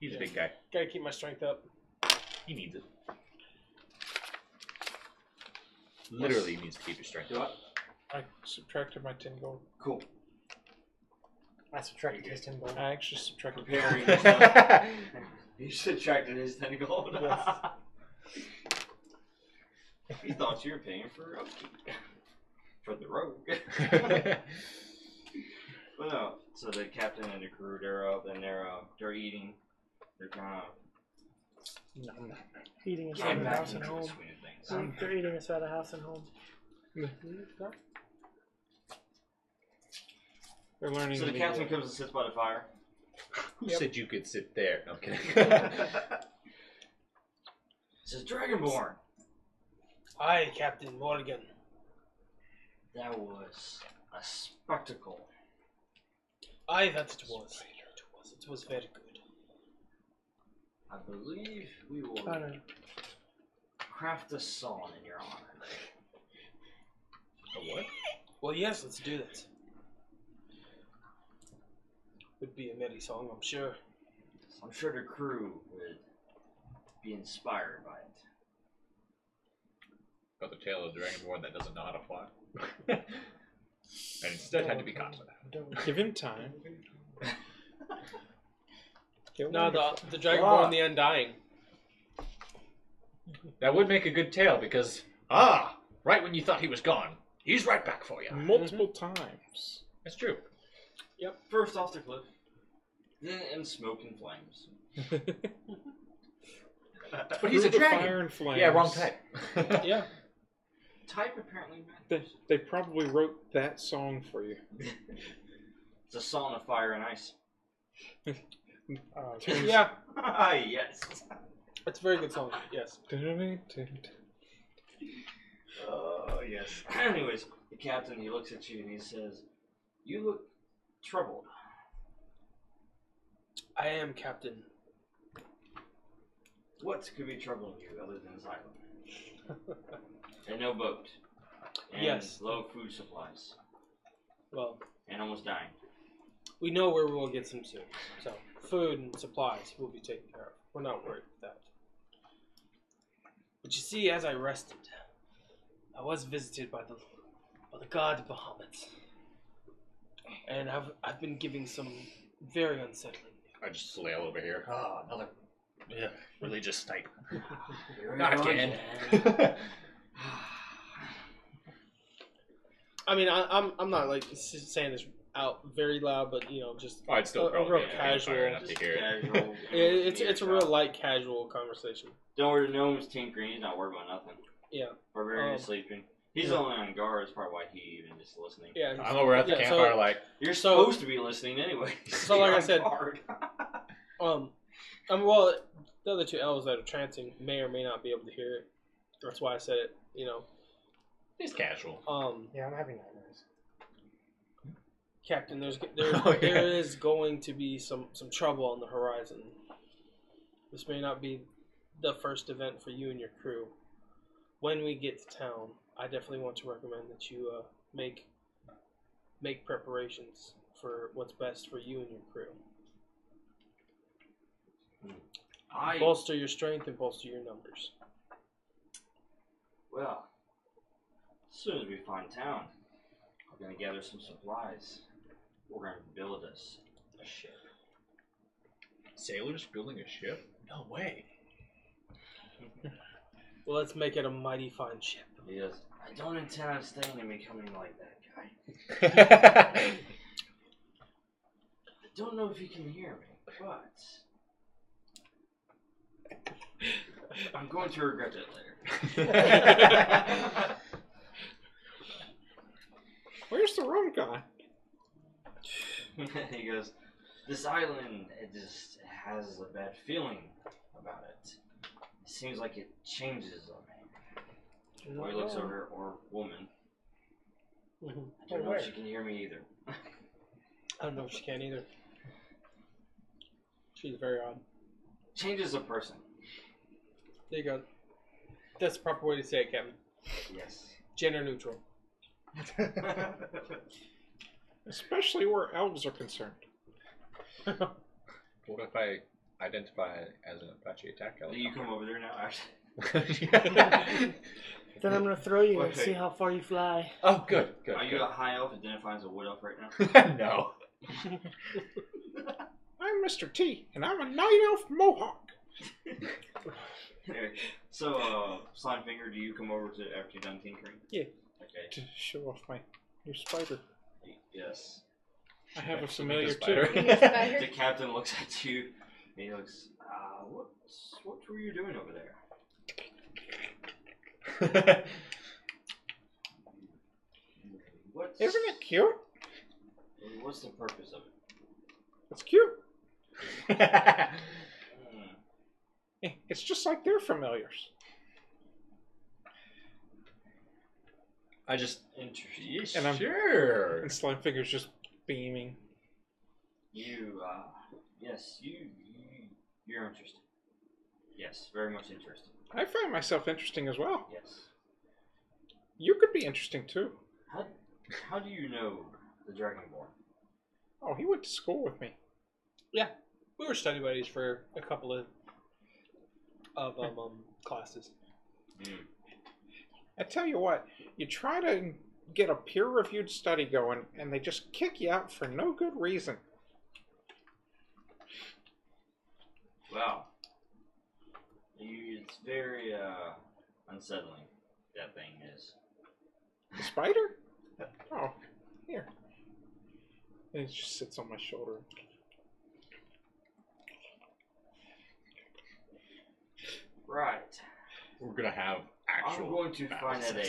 S5: He's
S8: Yeah.
S5: a big guy.
S8: Gotta keep my strength up.
S5: He needs it. Literally needs to keep his strength.
S2: Do it.
S3: I subtracted my 10 gold.
S2: Cool.
S11: I subtracted his ten gold.
S3: I actually subtracted
S2: Preparing.
S3: gold.
S2: You subtracted his ten gold. he thought you were paying for upkeep for the rogue. Well, no. So the captain and the crew, they're up and they're uh, they're eating. They're kind of
S11: Eating inside
S2: getting
S11: the
S2: back
S11: house
S2: into
S11: and
S2: the
S11: home.
S2: swing of things.
S11: They're eating inside the house and home.
S3: They're learning
S2: So the
S3: to
S2: captain
S3: eat.
S2: comes and sits by the fire.
S5: Who said you could sit there? No, I'm kidding.
S2: Says Dragonborn.
S8: Aye, Captain Morgan.
S2: That was a spectacle.
S8: Aye, that it was. It was. It was very good.
S2: I believe we will
S11: Connor.
S2: craft a song in your honor.
S5: what?
S8: Well, yes, let's do that. Would be a merry song, I'm sure.
S2: I'm sure the crew would be inspired by it.
S5: Got the tail of a dragonborn that doesn't know how to fly. and instead had to be caught.
S3: Give him time. Give him
S8: No,
S3: a-
S8: the the Dragonborn,
S5: Ah.
S8: the Undying.
S5: That would make a good tail because ah, right when you thought he was gone, he's right back for you.
S3: multiple times.
S5: That's true.
S2: First off the cliff, then in smoke and flames.
S5: But he's
S3: Through
S5: a
S3: the
S5: dragon.
S3: Fire and flames.
S5: Yeah, wrong type.
S8: Yeah.
S2: Type apparently matters.
S3: They, they probably wrote that song for you.
S2: It's a song of fire and ice.
S3: Uh,
S11: Oh,
S8: yeah,
S2: yes.
S8: it's a very good song. Yes.
S2: Oh, yes. Anyways, the captain, he looks at you and he says, You look troubled.
S8: I am Captain.
S2: What could be troubling you other than this island? and no boat. And
S8: Yes.
S2: low food supplies.
S8: Well,
S2: And almost dying.
S8: we know where we'll get some soon. So, food and supplies will be taken care of. We're not worried about that. But you see, as I rested, I was visited by the by the god Bahamut, and I've I've been giving some very unsettling.
S5: I just flail over here. Ah, another yeah, religious type.
S2: Here we
S5: Not
S2: go
S5: again.
S8: I mean, I, I'm I'm not like s- saying this out very loud, but you know, just
S5: I'd still
S8: A- a
S5: probably
S8: real
S5: be
S8: casual-
S5: fire enough to hear it.
S2: Casual,
S8: it, it's it's a real light casual conversation.
S2: Don't worry, the gnome's tinkering. He's not worried about nothing.
S8: Yeah.
S2: Barbarian
S8: Um,
S2: is sleeping. He's only on guard. Is probably why he even is listening.
S8: Yeah,
S5: I'm over at the
S8: Yeah, so-
S5: campfire, like,
S2: You're
S8: So-
S2: supposed to be listening anyway.
S8: So like I said-
S2: Guard.
S8: Um, I mean, well, the other two elves that are trancing may or may not be able to hear it. That's why I said it. You know,
S5: it's casual.
S8: um,
S12: Yeah, I'm having nightmares.
S8: Captain, there's there,
S5: Oh, yeah.
S8: there is going to be some some trouble on the horizon. This may not be the first event for you and your crew. When we get to town, I definitely want to recommend that you uh, make make preparations for what's best for you and your crew.
S2: I
S8: Bolster your strength and bolster your numbers.
S2: well, as soon as we find town, we're gonna gather some supplies. We're gonna build us a ship.
S5: Sailors building a ship? No way.
S8: Well, let's make it a mighty fine ship.
S2: He goes, I don't intend on staying and becoming like that guy. I don't know if you can hear me, but I'm going to regret that later.
S3: Where's the room gone?
S2: he goes, This island, it just has a bad feeling about it. It seems like it changes on me. Or he looks over, or woman.
S8: Mhm.
S2: I
S4: Oh,
S2: don't
S12: Or
S2: know if
S12: where?
S2: she can hear me either.
S8: I don't know if she can either. She's very odd.
S2: Changes a person.
S8: There you go. That's the proper way to say it, Kevin.
S2: Yes.
S8: Gender neutral.
S3: Especially where elves are concerned.
S13: What if I identify as an Apache attack
S2: Do
S13: helicopter?
S2: you come over there now, actually?
S4: Then I'm gonna throw you and
S2: Okay.
S4: see how far you fly.
S13: oh, good, good.
S2: Are you a high elf identifying as a wood elf right now?
S13: good. no.
S3: I'm Mr. T, and I'm a night elf mohawk.
S2: Anyway, so, uh, Slime Finger, do you come over to after you're done tinkering?
S3: Yeah.
S2: Okay.
S3: To show off my new spider.
S2: Yes.
S3: I have a
S13: The
S3: familiar
S13: spider.
S3: too.
S2: The captain looks at you and he looks, uh, what, what were you doing over there? What's,
S3: Isn't it cute?
S2: What's the purpose of it?
S3: It's cute.
S2: Hmm.
S3: Eh, It's just like their familiars.
S5: I just.
S2: Interesting.
S5: Yeah,
S3: And I'm-
S5: sure.
S3: And Slime Finger's just beaming.
S2: You, uh, yes, you, you, you're interesting. Yes, very much interesting.
S3: I find myself interesting as well.
S2: Yes.
S3: You could be interesting too.
S2: How, how do you know the Dragonborn?
S3: Oh, he went to school with me.
S8: We were study buddies for a couple of of um, um classes.
S3: I tell you what, you try to get a peer reviewed study going, and they just kick you out for no good reason.
S2: Wow. You, it's very, uh, unsettling, that thing is.
S3: The spider? Oh, here. And it just sits on my shoulder.
S2: Right.
S5: We're gonna have
S2: I'm
S5: actual.
S2: going to find
S5: battles
S2: that
S5: at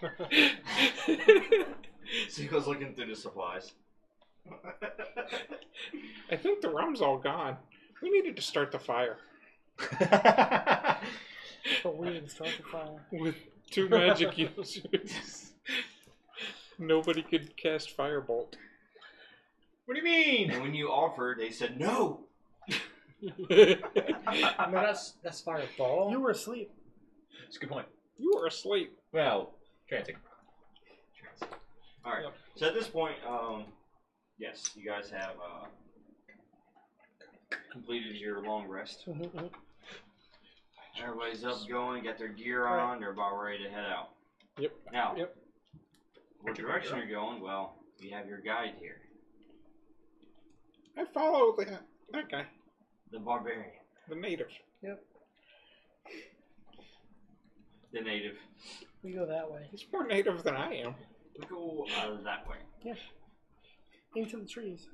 S5: some
S2: ale.
S5: point.
S2: so he goes looking through the supplies.
S3: I think the rum's all gone. We needed to start the fire
S4: But we didn't start the fire.
S3: with two magic users. Nobody could cast firebolt.
S5: What do you mean?
S2: and when you offered, they said no.
S12: No, that's that's fireball.
S4: You were asleep.
S5: It's a good point.
S3: You were asleep.
S5: Well, trancing.
S2: All right.
S8: Yep.
S2: So at this point, um, yes, you guys have uh, completed your long rest. Everybody's up, going, got their gear
S4: Right.
S2: on. They're about ready to head out.
S3: Yep.
S2: Now,
S3: Yep.
S2: what direction you're going? Well, you have your guide here,
S3: I follow the, that guy,
S2: the barbarian,
S3: the native.
S2: the native.
S4: We go that way.
S3: He's more native than I am.
S2: We go uh, that way.
S4: Into the trees.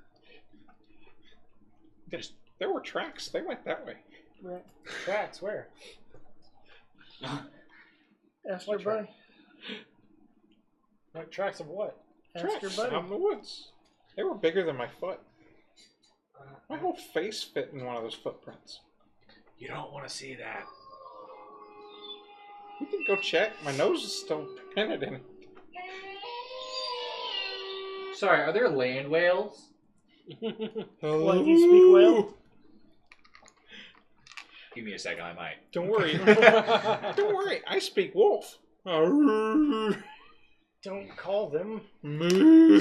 S3: There's, there were tracks. They went that way.
S4: Right.
S12: Tracks where?
S4: Ask your buddy.
S11: Like tracks of what? Ask your
S3: Tracks
S11: buddy.
S3: out in the woods. They were bigger than my foot. My whole face fit in one of those footprints.
S5: You don't want to see that.
S3: You can go check. My nose is still painted in. it.
S5: Sorry, are there land whales?
S4: What, do you speak well?
S5: Give me a second, I might.
S3: Don't worry. Don't worry. I speak wolf.
S11: Don't call them.
S3: Moo.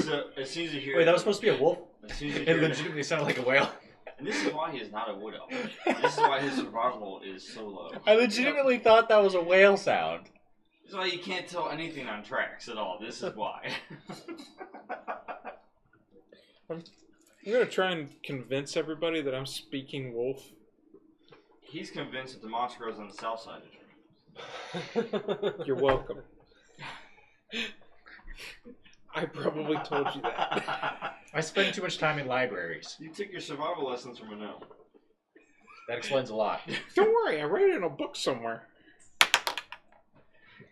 S2: So as soon as you hear,
S5: Wait, that was supposed to be a wolf?
S2: as soon as you
S5: It
S2: hear,
S5: legitimately sounded like a whale.
S2: and this is why he is not a wood elf. This is why his survival is so low.
S5: I legitimately thought that was a whale sound.
S2: This is why you can't tell anything on tracks at all. This is why.
S3: I'm gonna try and convince everybody that I'm speaking wolf.
S2: He's convinced that the monster grows on the south side. of Germany.
S3: You're welcome. I probably told you that.
S5: I spend too much time in libraries.
S2: You took your survival lessons from an elf.
S5: That explains a lot.
S3: Don't worry. I read it in a book somewhere.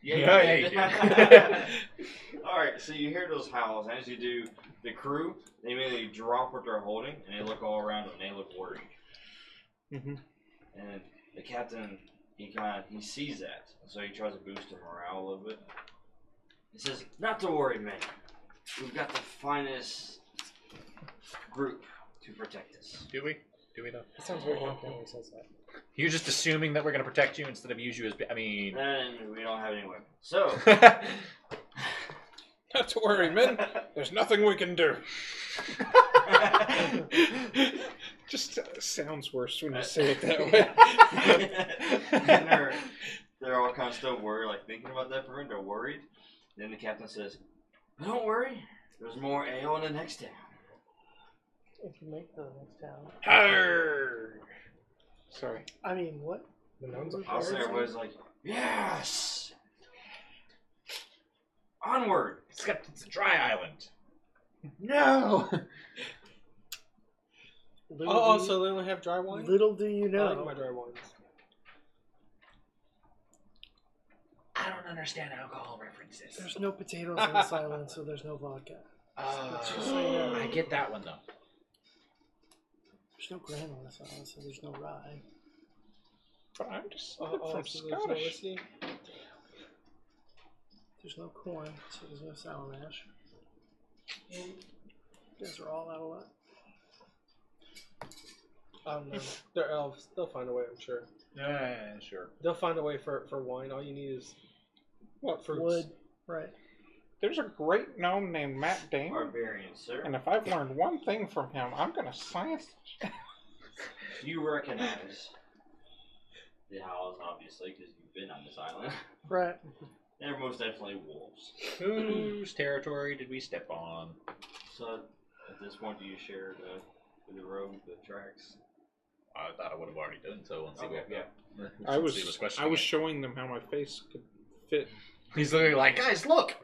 S5: Yeah, yeah,
S2: All right, so you hear those howls, and as you do, the crew they immediately drop what they're holding, and they look all around them, and they look worried.
S3: Mhm.
S2: And the captain, he kind of he sees that, so he tries to boost their morale a little bit. He says, "Not to worry, men. We've got the finest group to protect us."
S5: Do we? Do we know?
S11: It sounds
S6: Oh,
S11: very confident when he says that.
S5: You're just assuming that we're going to protect you instead of use you as. I mean.
S2: And we don't have any weapons, so
S3: Not to worry, men. There's nothing we can do. Just uh, sounds worse when you say it that way.
S2: and they're, they're all kind of still worried, like thinking about that for a minute, They're worried. Then the captain says, "Don't worry, there's more ale in the next town."
S4: If you make the next town.
S3: Arr! Sorry.
S4: I mean, what?
S11: The nuns are
S2: Also, everybody's like, "Yes, onward!"
S5: Except it's a dry island.
S2: No.
S4: Little,
S6: Oh, oh, so they only have dry wine.
S4: do, little do you
S6: I
S4: know.
S6: like my dry wines.
S5: I don't understand alcohol references.
S4: There's no potatoes on this island, so there's no vodka.
S5: Uh,
S4: just like, uh,
S5: I get that one though.
S4: There's no grain on this island, so there's no rye.
S3: But I'm just
S6: Oh, oh,
S3: from
S6: so there's no
S3: Scottish.
S6: whiskey?
S4: There's no corn, so there's no sour mash. You guys are all out of luck.
S6: I don't know. They're elves. They'll find a way. I'm sure.
S5: Yeah, sure.
S6: They'll find a way for for wine. All you need is
S3: What
S6: fruits.
S4: Wood, right?
S3: There's a great gnome named Matt Damon.
S2: Barbarian, sir.
S3: And if I've learned one thing from him, I'm gonna science.
S2: You recognize the howls, obviously, because you've been on this island.
S4: Right.
S2: They're most definitely wolves.
S5: Whose territory did we step on?
S2: So, at this point, do you share the the road, the tracks?
S5: I thought I would have already done so once
S2: Okay,
S5: he
S2: yeah.
S5: woke up.
S3: I
S5: Since
S3: was,
S5: he
S3: I
S5: questioning
S3: was
S5: it.
S3: showing them how my face could fit.
S5: He's literally like, guys, look.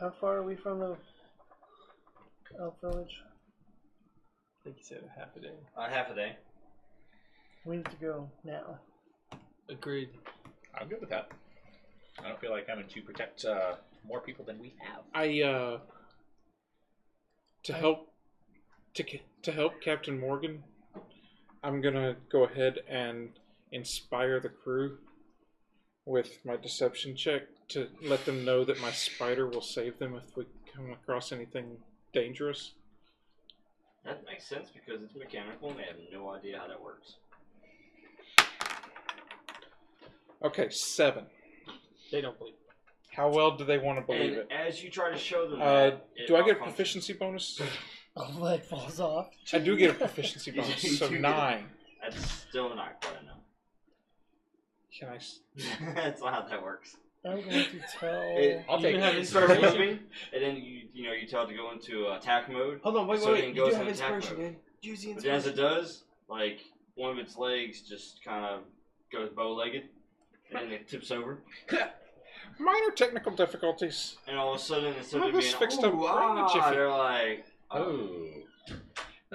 S4: How far are we from the elf village?
S6: I think you said a half a day.
S2: Uh, half a day.
S4: We need to go now.
S6: Agreed.
S5: I'm good with that. I don't feel like having to protect uh, more people than we have.
S3: I uh, to help to ca- to help Captain Morgan, I'm gonna go ahead and inspire the crew with my deception check to let them know that my spider will save them if we come across anything dangerous.
S2: That makes sense because it's mechanical and they have no idea how that works.
S3: Okay, seven.
S6: They don't believe.
S3: How well do they want to believe
S2: And
S3: it?
S2: as you try to show them
S3: Uh,
S2: that, it
S3: Do I get a
S2: malfunctions.
S3: proficiency bonus?
S4: Oh, leg falls off.
S3: I do get a proficiency
S2: You
S3: bonus,
S2: do
S3: so
S2: get it.
S3: nine.
S2: That's still not quite enough.
S3: Can I? s-
S2: That's not how that works.
S4: I'm going to tell.
S2: It,
S5: I'll
S2: you
S5: take
S2: have
S5: it.
S2: it start moving, and then you you know you tell it to go into attack mode.
S6: Hold on, wait,
S2: So
S6: wait,
S2: then
S6: wait.
S2: it
S6: You
S2: goes
S6: do
S2: in
S6: have
S2: attack
S6: inspiration,
S2: mode.
S6: Dan. Use the
S2: But as
S6: inspiration.
S2: it does, like one of its legs just kind of goes bow-legged, and then it tips over,
S3: Minor technical difficulties.
S2: and all of a sudden instead
S3: I'll
S2: of
S3: just
S2: being
S3: fix
S2: fixed
S3: the
S2: up,
S3: brain in a
S2: ah,
S3: jiffy."
S2: they're like, oh,
S5: Oh.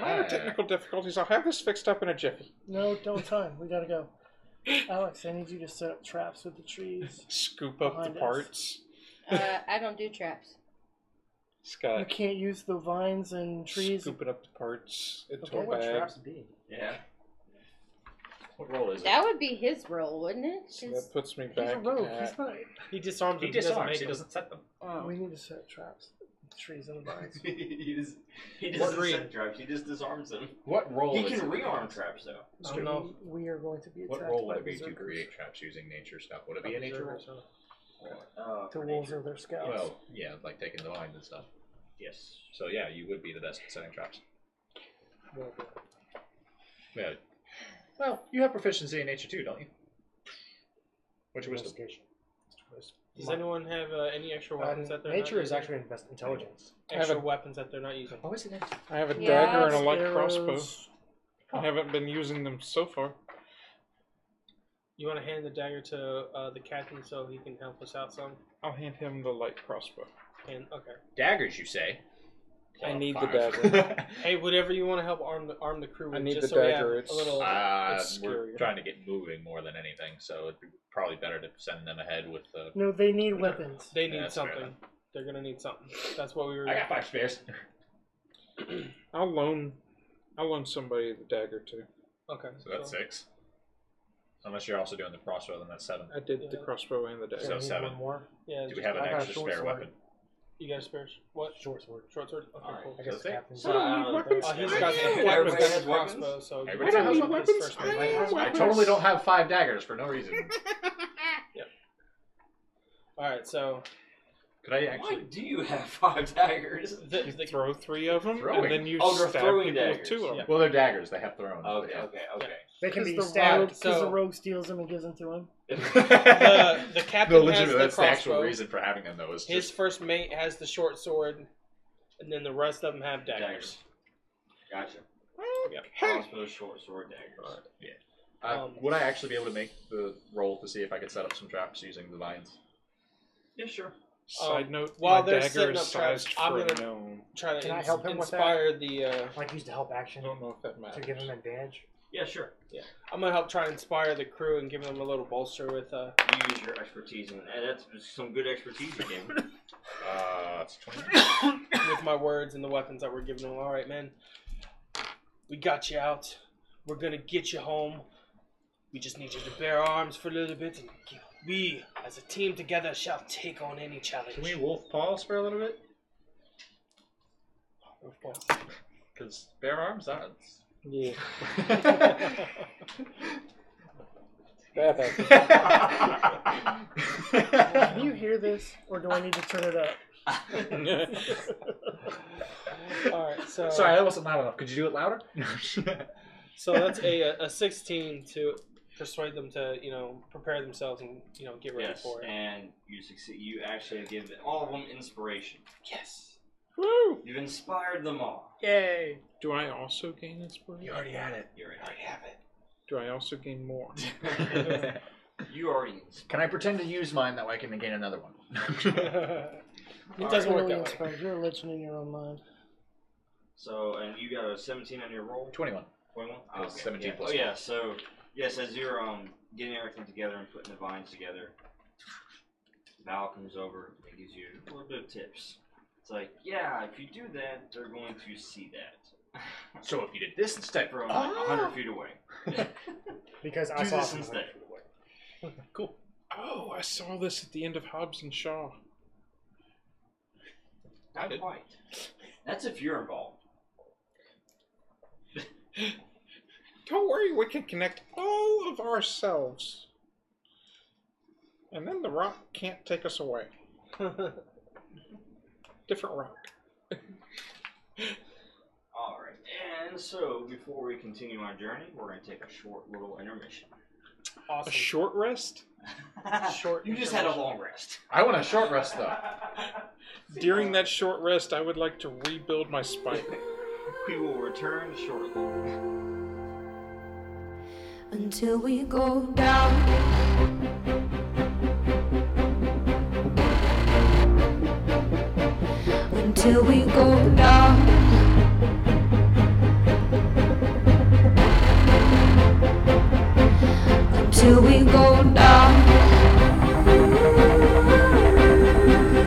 S3: Minor
S5: Ah.
S3: technical difficulties. I'll have this fixed up in a jiffy.
S4: No, don't time. We gotta go. Alex, I need you to set up traps with the trees.
S3: Scoop up
S4: Behind
S3: the
S4: us.
S3: parts.
S7: Uh, I don't do traps.
S4: You
S3: Scott,
S4: can't use the vines and trees.
S3: scoop it up the parts into
S4: Okay,
S3: a
S4: what
S3: bag.
S4: traps be?
S2: Yeah.
S5: What roll is it?
S7: That would be his role, wouldn't it?
S3: So
S7: Just-
S3: that puts me
S4: He's
S3: back.
S4: a rogue.
S3: at-
S4: He's not.
S8: He disarms
S5: he
S8: them. He doesn't
S5: disarms.
S8: make
S5: He
S8: them.
S5: doesn't set them.
S7: oh.
S4: We need to set traps. The trees and the vines.
S2: he just he
S8: What
S2: doesn't
S8: green?
S2: set traps. He just disarms them.
S14: What role
S2: He
S14: is
S2: can
S14: it?
S2: rearm traps though.
S8: I don't know.
S4: We are going to be
S14: What
S4: attacked
S14: role
S4: by
S14: would it be to
S4: berserkers,
S14: create traps using nature stuff? Would it be a nature roll?
S2: Uh,
S4: to
S2: for
S4: wolves
S2: nature.
S4: or their scouts.
S14: Well, yeah, like taking the vines and stuff.
S5: Yes.
S14: So yeah, you would be the best at setting traps. Yeah. Well, you have proficiency in nature too, don't you? What's your wisdom?
S15: Investigation.
S8: Does anyone have uh, any extra weapons
S15: Uh,
S8: that they're not
S15: nature is
S8: using?
S15: actually invest- intelligence.
S8: extra
S3: I have a-
S8: weapons that they're not using.
S14: What was it?
S3: I have a
S7: Yeah,
S3: dagger and a light
S4: arrows.
S3: crossbow. I haven't been using them so far.
S8: You want to hand the dagger to uh, the captain so he can help us out some?
S3: I'll hand him the light crossbow.
S8: And okay.
S5: Daggers, you say?
S3: I need the
S5: dagger.
S8: Hey, whatever you want to help arm the arm the crew with.
S3: I need
S8: just
S3: the
S8: so
S3: dagger,
S8: We have
S3: it's-
S8: a little.
S5: uh,
S3: It's
S5: we're
S3: scarier.
S5: trying to get moving more than anything, so it'd be probably better to send them ahead with
S14: uh,
S5: the.
S4: No, they need weapons.
S8: they
S5: yeah,
S8: need
S5: that's fair
S8: something.
S5: enough.
S8: They're gonna need something. That's what we were.
S5: I got five spares.
S3: I'll loan, I'll loan somebody the dagger too.
S8: Okay.
S5: So that's six. Unless you're also doing the crossbow, then that's seven.
S3: I did the
S8: Yeah.
S3: crossbow and the dagger.
S5: So
S15: Yeah, we need
S5: seven.
S15: One more.
S8: Yeah.
S5: Do we have an
S15: I got a
S5: extra
S15: short
S5: spare
S15: sword.
S5: weapon?
S8: You got a spare? sh- What?
S15: Short sword.
S8: Short sword. Okay.
S5: Alright.
S8: Cool.
S15: I guess
S5: So
S15: the
S5: they-
S15: captain's.
S2: So, I don't think-
S3: weapons
S8: Uh, he's
S3: I
S8: got
S3: don't
S8: the,
S3: have
S8: everybody's
S2: weapons.
S8: got the crossbow, so you
S5: Everybody
S8: can
S5: has
S8: help
S3: weapons.
S8: this first
S3: I
S8: man.
S3: don't have
S5: I
S3: weapons.
S5: totally don't have five daggers for no reason.
S8: All right, so
S5: Could I
S2: Why
S5: actually?
S2: do you have five daggers?
S8: the,
S3: You
S8: the,
S3: throw three of them,
S5: Throwing.
S3: and then you
S2: Oh, they're
S3: stab people
S2: throwing
S3: with
S2: daggers.
S3: two of
S8: Yeah.
S3: them.
S5: Well, they're daggers. They have thrown.
S2: Okay, okay, okay.
S15: They can
S4: Because
S15: be
S4: the
S15: stabbed.
S4: rogue, 'cause
S8: so-
S4: the rogue steals them and gives them to him.
S8: the, the
S5: no,
S8: captain has
S5: legitimately,
S8: the
S5: that's the actual
S8: crossbow.
S5: reason for having them, though. Is
S8: His
S5: just
S8: first mate has the short sword, and then the rest of them have daggers.
S2: Daggers. Gotcha.
S8: Yep.
S2: Crossbow, short sword, daggers.
S5: uh,
S8: um,
S5: would I actually be able to make the roll to see if I could set up some traps using the vines?
S2: Yeah, sure.
S3: Side
S8: Um,
S3: note:
S8: while
S3: My
S8: they're
S3: dagger
S8: setting
S3: is
S8: up traps,
S3: sized
S8: I'm
S3: for a
S8: gonna-
S3: gnome.
S8: Trying to
S15: Can I
S8: ins-
S15: help him with that?
S8: inspire the. Uh,
S15: Like used to help
S3: I
S15: action
S14: Oh.
S3: don't know if that
S15: to
S3: matters.
S15: give him advantage.
S2: Yeah, sure.
S8: I'm gonna help try and inspire the crew and give them a little bolster with. Uh,
S2: You use your expertise, and and that's some good expertise you gave me.
S5: Uh, it's 20.
S8: with my words and the weapons that we're giving them. All right, man. We got you out. We're gonna get you home. We just need you to bear arms for a little bit, and we, as a team together, shall take on any challenge.
S5: Can we wolf paws for a little bit? Because bare arms are.
S3: Yeah, that happens.
S4: Do you
S5: That's
S4: hear this, or do I need to turn it up?
S8: All right, so
S5: Sorry, that wasn't loud enough. Could you do it louder?
S8: so that's a a 16 to persuade them to you know prepare themselves and you know get ready
S2: yes,
S8: for it.
S2: and you succeed. You actually give all of them inspiration.
S8: Yes.
S3: Woo!
S2: You've inspired them all.
S8: Yay.
S3: Do I also gain inspiration?
S5: already had it.
S2: You're
S8: I already have it.
S3: Do I also gain more?
S2: in. you already. Inspired.
S5: Can I pretend to use mine that way I can gain another one?
S8: It doesn't
S4: You're really
S8: work that way.
S4: inspired. You're a legend in your own mind.
S2: So, and you got a 17 on your roll.
S5: 21.
S2: 21?
S5: It was 17
S2: yeah.
S5: plus
S2: Oh,
S5: one.
S2: yeah, so, yes, as you're um, getting everything together and putting the vines together, Val comes over and gives you a little bit of tips. It's like, yeah, if you do that, they're going to see that.
S5: So if you did this instead,
S2: From like 100 feet away.
S15: Because I
S2: Do
S15: saw
S2: this
S15: him.
S2: instead.
S5: cool.
S3: Oh, I saw this at the end of Hobbs and Shaw.
S2: Not quite. That's if you're involved.
S3: Don't worry, we can connect all of ourselves. And then the rock can't take us away. Different rock.
S2: Alright, and so before we continue our journey, we're going to take a short little intermission.
S3: A short rest?
S8: Short
S2: you just had a
S8: intermission.
S2: long rest.
S5: I want a short rest though.
S3: During that short rest, I would like to rebuild my spike.
S2: we will return shortly.
S1: until we go down. Until we go down. Until till we go down.